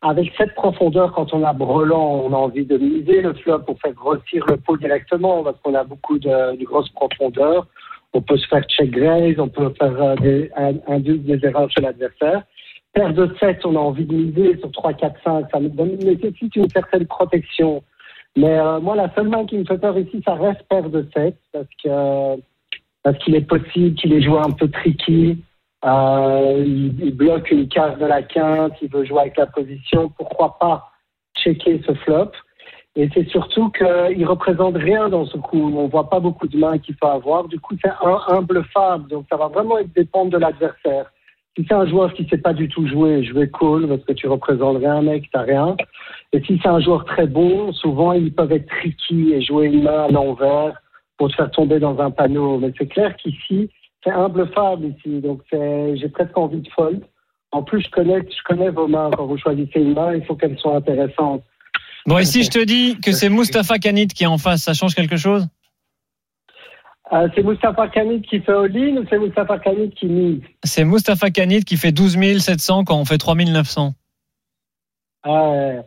S10: Avec cette profondeur, quand on a brelant, on a envie de miser le flop pour faire grossir le pot directement parce qu'on a beaucoup de, de grosses profondeurs. On peut se faire check raise, on peut faire euh, des, un- induire des erreurs chez l'adversaire. Paire de 7, on a envie de miser sur 3, 4, 5. Ça nous donne- nécessite une certaine protection. Mais euh, moi, la seule main qui me fait peur ici, ça reste paire de 7 parce que parce qu'il est possible qu'il ait joué un peu tricky. Euh, il, il bloque une case de la quinte, il veut jouer avec la position. Pourquoi pas checker ce flop Et c'est surtout qu'il représente rien dans ce coup. On voit pas beaucoup de mains qu'il peut avoir. Du coup, c'est un, un bluffable. Donc, ça va vraiment être dépendre de l'adversaire. Si c'est un joueur qui sait pas du tout jouer, je vais call parce que tu représentes rien, mec, t'as rien. Et si c'est un joueur très bon, souvent ils peuvent être tricky et jouer une main à l'envers pour te faire tomber dans un panneau. Mais c'est clair qu'ici, c'est imbluffable ici. Donc c'est- j'ai presque envie de fold. En plus, je connais, je connais vos mains. Quand vous choisissez une main, il faut qu'elle soit intéressante.
S9: Bon, ici, je te dis que c'est Mustapha Kanit qui est en face. Ça change quelque chose
S10: Euh, c'est Moustapha Kamid qui fait all-in ou c'est Moustapha Kamid qui mise
S9: C'est Mustapha Kanit qui fait 12 700 quand on fait 3 900.
S10: Ah, Ouais.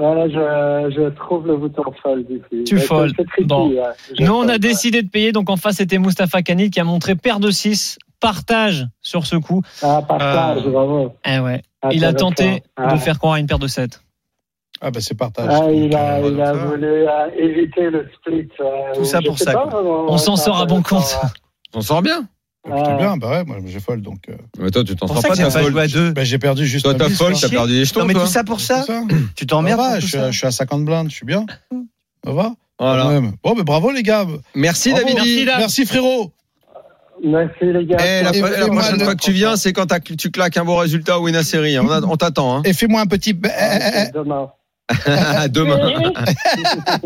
S10: Voilà, je, je trouve le bouton fold ici.
S9: Tu
S10: Mais c'est-
S9: fold.
S10: c'est tricky,
S9: Bon.
S10: ouais. Je
S9: Nous, on
S10: fold,
S9: a
S10: ouais.
S9: décidé de payer. Donc, en face, c'était Mustapha Kanit qui a montré paire de 6, partage sur ce coup.
S10: Ah, par ça,
S9: Euh,
S10: bravo.
S9: Eh ouais.
S10: Ah,
S9: Il a
S10: t'as le
S9: tenté
S10: point. Ah.
S9: de faire croire à une paire de 7.
S6: Ah, bah c'est partage.
S10: Ah, il a,
S6: Donc, euh,
S10: il a voulu euh, éviter le split. euh,
S7: Tout ça
S10: je
S7: pour
S10: sais
S7: ça,
S10: pas, euh,
S7: quoi.
S10: vraiment,
S9: On
S10: ouais,
S9: s'en
S10: c'est
S9: sort à bon compte.
S10: intéressant,
S5: On sort bien.
S6: bah, plutôt
S10: Ouais.
S6: bien, bah ouais, moi je fold donc. euh,
S5: Mais toi, tu t'en sors
S7: C'est pour ça
S5: pas.
S7: que j'ai
S5: t'as
S7: pas
S5: fold.
S7: joué à deux.
S6: Bah, j'ai perdu juste.
S5: Toi,
S6: un
S5: t'as
S6: bif,
S5: fold,
S6: hein.
S5: t'as perdu des jetons.
S7: Non, mais
S5: toi.
S7: tout ça pour ça,
S6: C'est ça.
S7: tu
S6: Ça
S7: t'emmerdes.
S6: va,
S7: pour tout
S6: je, suis
S7: ça.
S6: à- je suis à 50 blindes, je suis bien. Ça va
S5: Voilà.
S6: Quand même. Bon, mais bravo les gars.
S5: Merci,
S6: Bravo.
S5: David.
S6: Merci, frérot.
S10: Merci les gars.
S5: Eh, la,
S6: Et-
S5: la
S6: et
S5: prochaine
S6: moi,
S5: fois
S6: le-
S5: que tu viens, c'est quand t'as- tu claques un bon résultat ou une série. On, a- on t'attend. Hein.
S6: Et fais-moi un petit. bé-
S10: Demain.
S5: À Demain.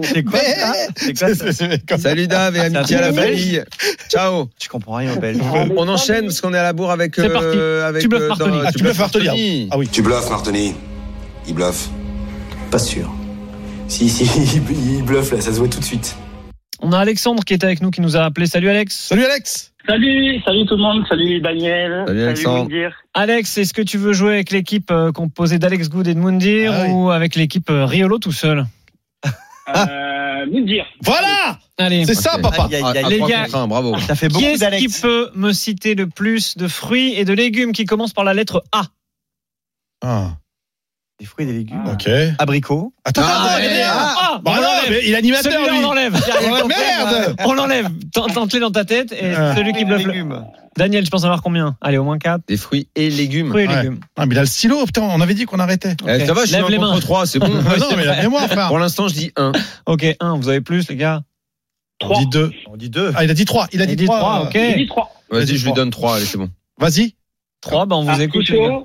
S7: C'est quoi ça C'est quoi ça
S6: C'est comme-
S5: Salut Dave et amitié à la famille. Ciao.
S7: Je comprends rien, Belge.
S5: On enchaîne parce qu'on est à la bourre avec. euh,
S9: C'est parti.
S5: avec,
S9: Tu bluffes Bartoli.
S5: dans-
S6: Ah, tu bluffes Bartoli.
S5: Bartoli.
S6: Ah oui.
S11: Tu bluffes, Martoni. Il bluffe.
S4: Pas sûr.
S11: Si, si, il bluffe là, ça se voit tout de suite.
S9: On a Alexandre qui est avec nous, qui nous a appelé. Salut Alex.
S6: Salut Alex.
S12: Salut, salut tout le monde, salut Daniel,
S5: Salut, Alexandre.
S12: Moundir.
S9: Alex, est-ce que tu veux jouer avec l'équipe euh, composée d'Alex Good et de Moundir
S6: Ah oui.
S9: ou avec l'équipe euh, Riolo tout seul
S5: Ah.
S12: Euh, Moundir.
S6: Voilà
S9: Allez.
S6: C'est ça,
S5: Ok.
S6: papa.
S7: Aïe, aïe,
S5: Ah,
S7: aïe,
S5: ah,
S9: les
S5: trois
S9: gars.
S5: contre un, bravo.
S7: Ça fait
S9: Qui
S7: beaucoup
S9: est-ce qui
S7: d'Alex.
S9: peut me citer le plus de fruits et de légumes qui commencent par la lettre A
S6: Ah,
S7: Des fruits et des légumes.
S6: ok.
S7: Abricots.
S6: Attends,
S5: Ah,
S6: attends,
S5: ouais.
S6: attends.
S9: Ah,
S6: Bah
S9: on
S6: non,
S9: l'enlève.
S6: mais il est animateur,
S9: Celui-là, on
S6: lui.
S9: l'enlève.
S6: Oh, Merde
S9: euh, On l'enlève. Tente- Tente-le dans ta tête et
S6: Ah.
S9: celui qui bluffe. le-
S7: légumes.
S9: Daniel, je pense en avoir combien Allez, au moins 4.
S5: Des fruits et légumes.
S9: Fruits et
S6: Ouais.
S9: légumes.
S6: Ah, mais il a le stylo, putain, on avait dit qu'on arrêtait.
S5: Eh, ça va, je suis
S9: Lève
S5: dans
S9: les
S5: le
S9: mains.
S5: contre 3, c'est bon.
S6: Ah non, mais la mémoire, frère.
S5: Pour l'instant, je dis 1.
S9: Ok, 1, vous avez plus, les gars
S6: On dit 2.
S7: On dit 2.
S6: Ah, il a dit 3. Il a
S9: Il
S6: dit
S9: dit 3,
S6: 3.
S9: ok.
S12: J'ai dit 3.
S5: Vas-y, je lui donne 3, allez, c'est bon.
S6: Vas-y.
S9: 3, bah on
S12: Ah,
S9: vous écoute. les gars.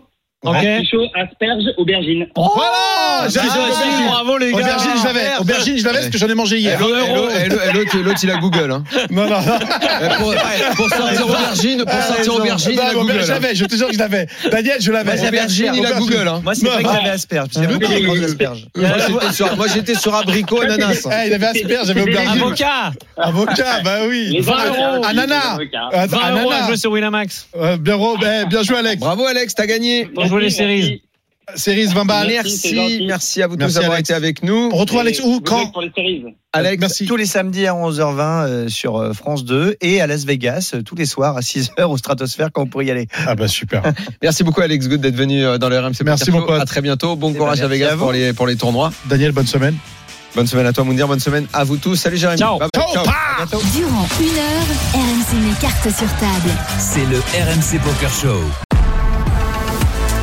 S12: Artichaut,
S9: Ok.
S12: artichaut, Ah, asperge, aubergine.
S6: Voilà
S5: j'avais
S9: Ah,
S5: aussi,
S9: si,
S5: moi.
S9: bravo les gars.
S6: Aubergine, je
S5: Ah,
S6: l'avais. Aubergine, je l'avais parce que j'en ai mangé
S5: Et
S6: hier.
S5: l'autre- et l'autre- et l'autre- et l'autre, Eh, l'autre, il a Google. Hein.
S6: Non, non, non.
S5: Et Pour, pour sortir aubergine,
S7: Ah,
S5: pour sortir aubergine, il
S6: Non,
S7: Bah,
S5: a
S6: mais
S5: Google.
S6: je
S5: hein.
S6: l'avais, je te jure que je l'avais. Daniel, je l'avais.
S5: Aubergine, il a Google. hein. Bah,
S7: Moi, c'est
S6: Non.
S7: vrai que j'avais asperge. parce qu'il y
S6: Ah,
S7: avait
S6: mais
S7: des
S6: non,
S7: grandes
S6: euh,
S7: asperges.
S5: Moi, j'étais sur- Moi, j'étais sur abricot, ananas.
S6: Ah, il avait asperge, j'avais aubergine.
S9: Avocat
S6: Avocat, bah oui.
S12: Les avocats,
S6: Ananas.
S12: les avocats.
S6: Attends,
S9: 20 euros à
S6: Ananas.
S9: jouer sur Winamax.
S6: Euh, Bien ro- eh, bien joué, Alex.
S5: Bravo, Alex, t'as gagné.
S9: Bon, jouer les
S12: Merci,
S9: séries.
S12: merci.
S6: Séries 20 balles.
S12: c'est
S5: Merci,
S12: gentil.
S5: merci à vous tous
S6: Merci,
S5: d'avoir
S6: Alex.
S5: été avec nous.
S6: On retrouve
S12: Et
S6: Alex où
S12: vous
S6: Quand
S12: êtes pour les séries.
S5: Alex,
S6: Merci.
S7: Tous les samedis à 11h20 euh, sur euh, France 2 et à Las Vegas euh, tous les soirs à 6h au Stratosphère quand vous pourrez y aller.
S6: Ah bah super.
S5: merci beaucoup, Alex Good, d'être venu euh, dans le RMC.
S6: Merci,
S5: Podcast
S6: mon
S5: Show.
S6: pote.
S5: À très bientôt. Bon
S7: Eh
S5: courage
S7: ben,
S5: à
S7: merci
S5: Vegas
S7: à vous.
S5: pour les, pour les tournois.
S6: Daniel, bonne semaine.
S5: Bonne semaine à toi, Mounir. Bonne semaine à vous tous. Salut, Jérémy.
S9: Ciao.
S5: Bye bye.
S6: Ciao.
S5: À bientôt.
S3: Durant une heure, RMC met cartes sur table.
S4: C'est le RMC Poker Show.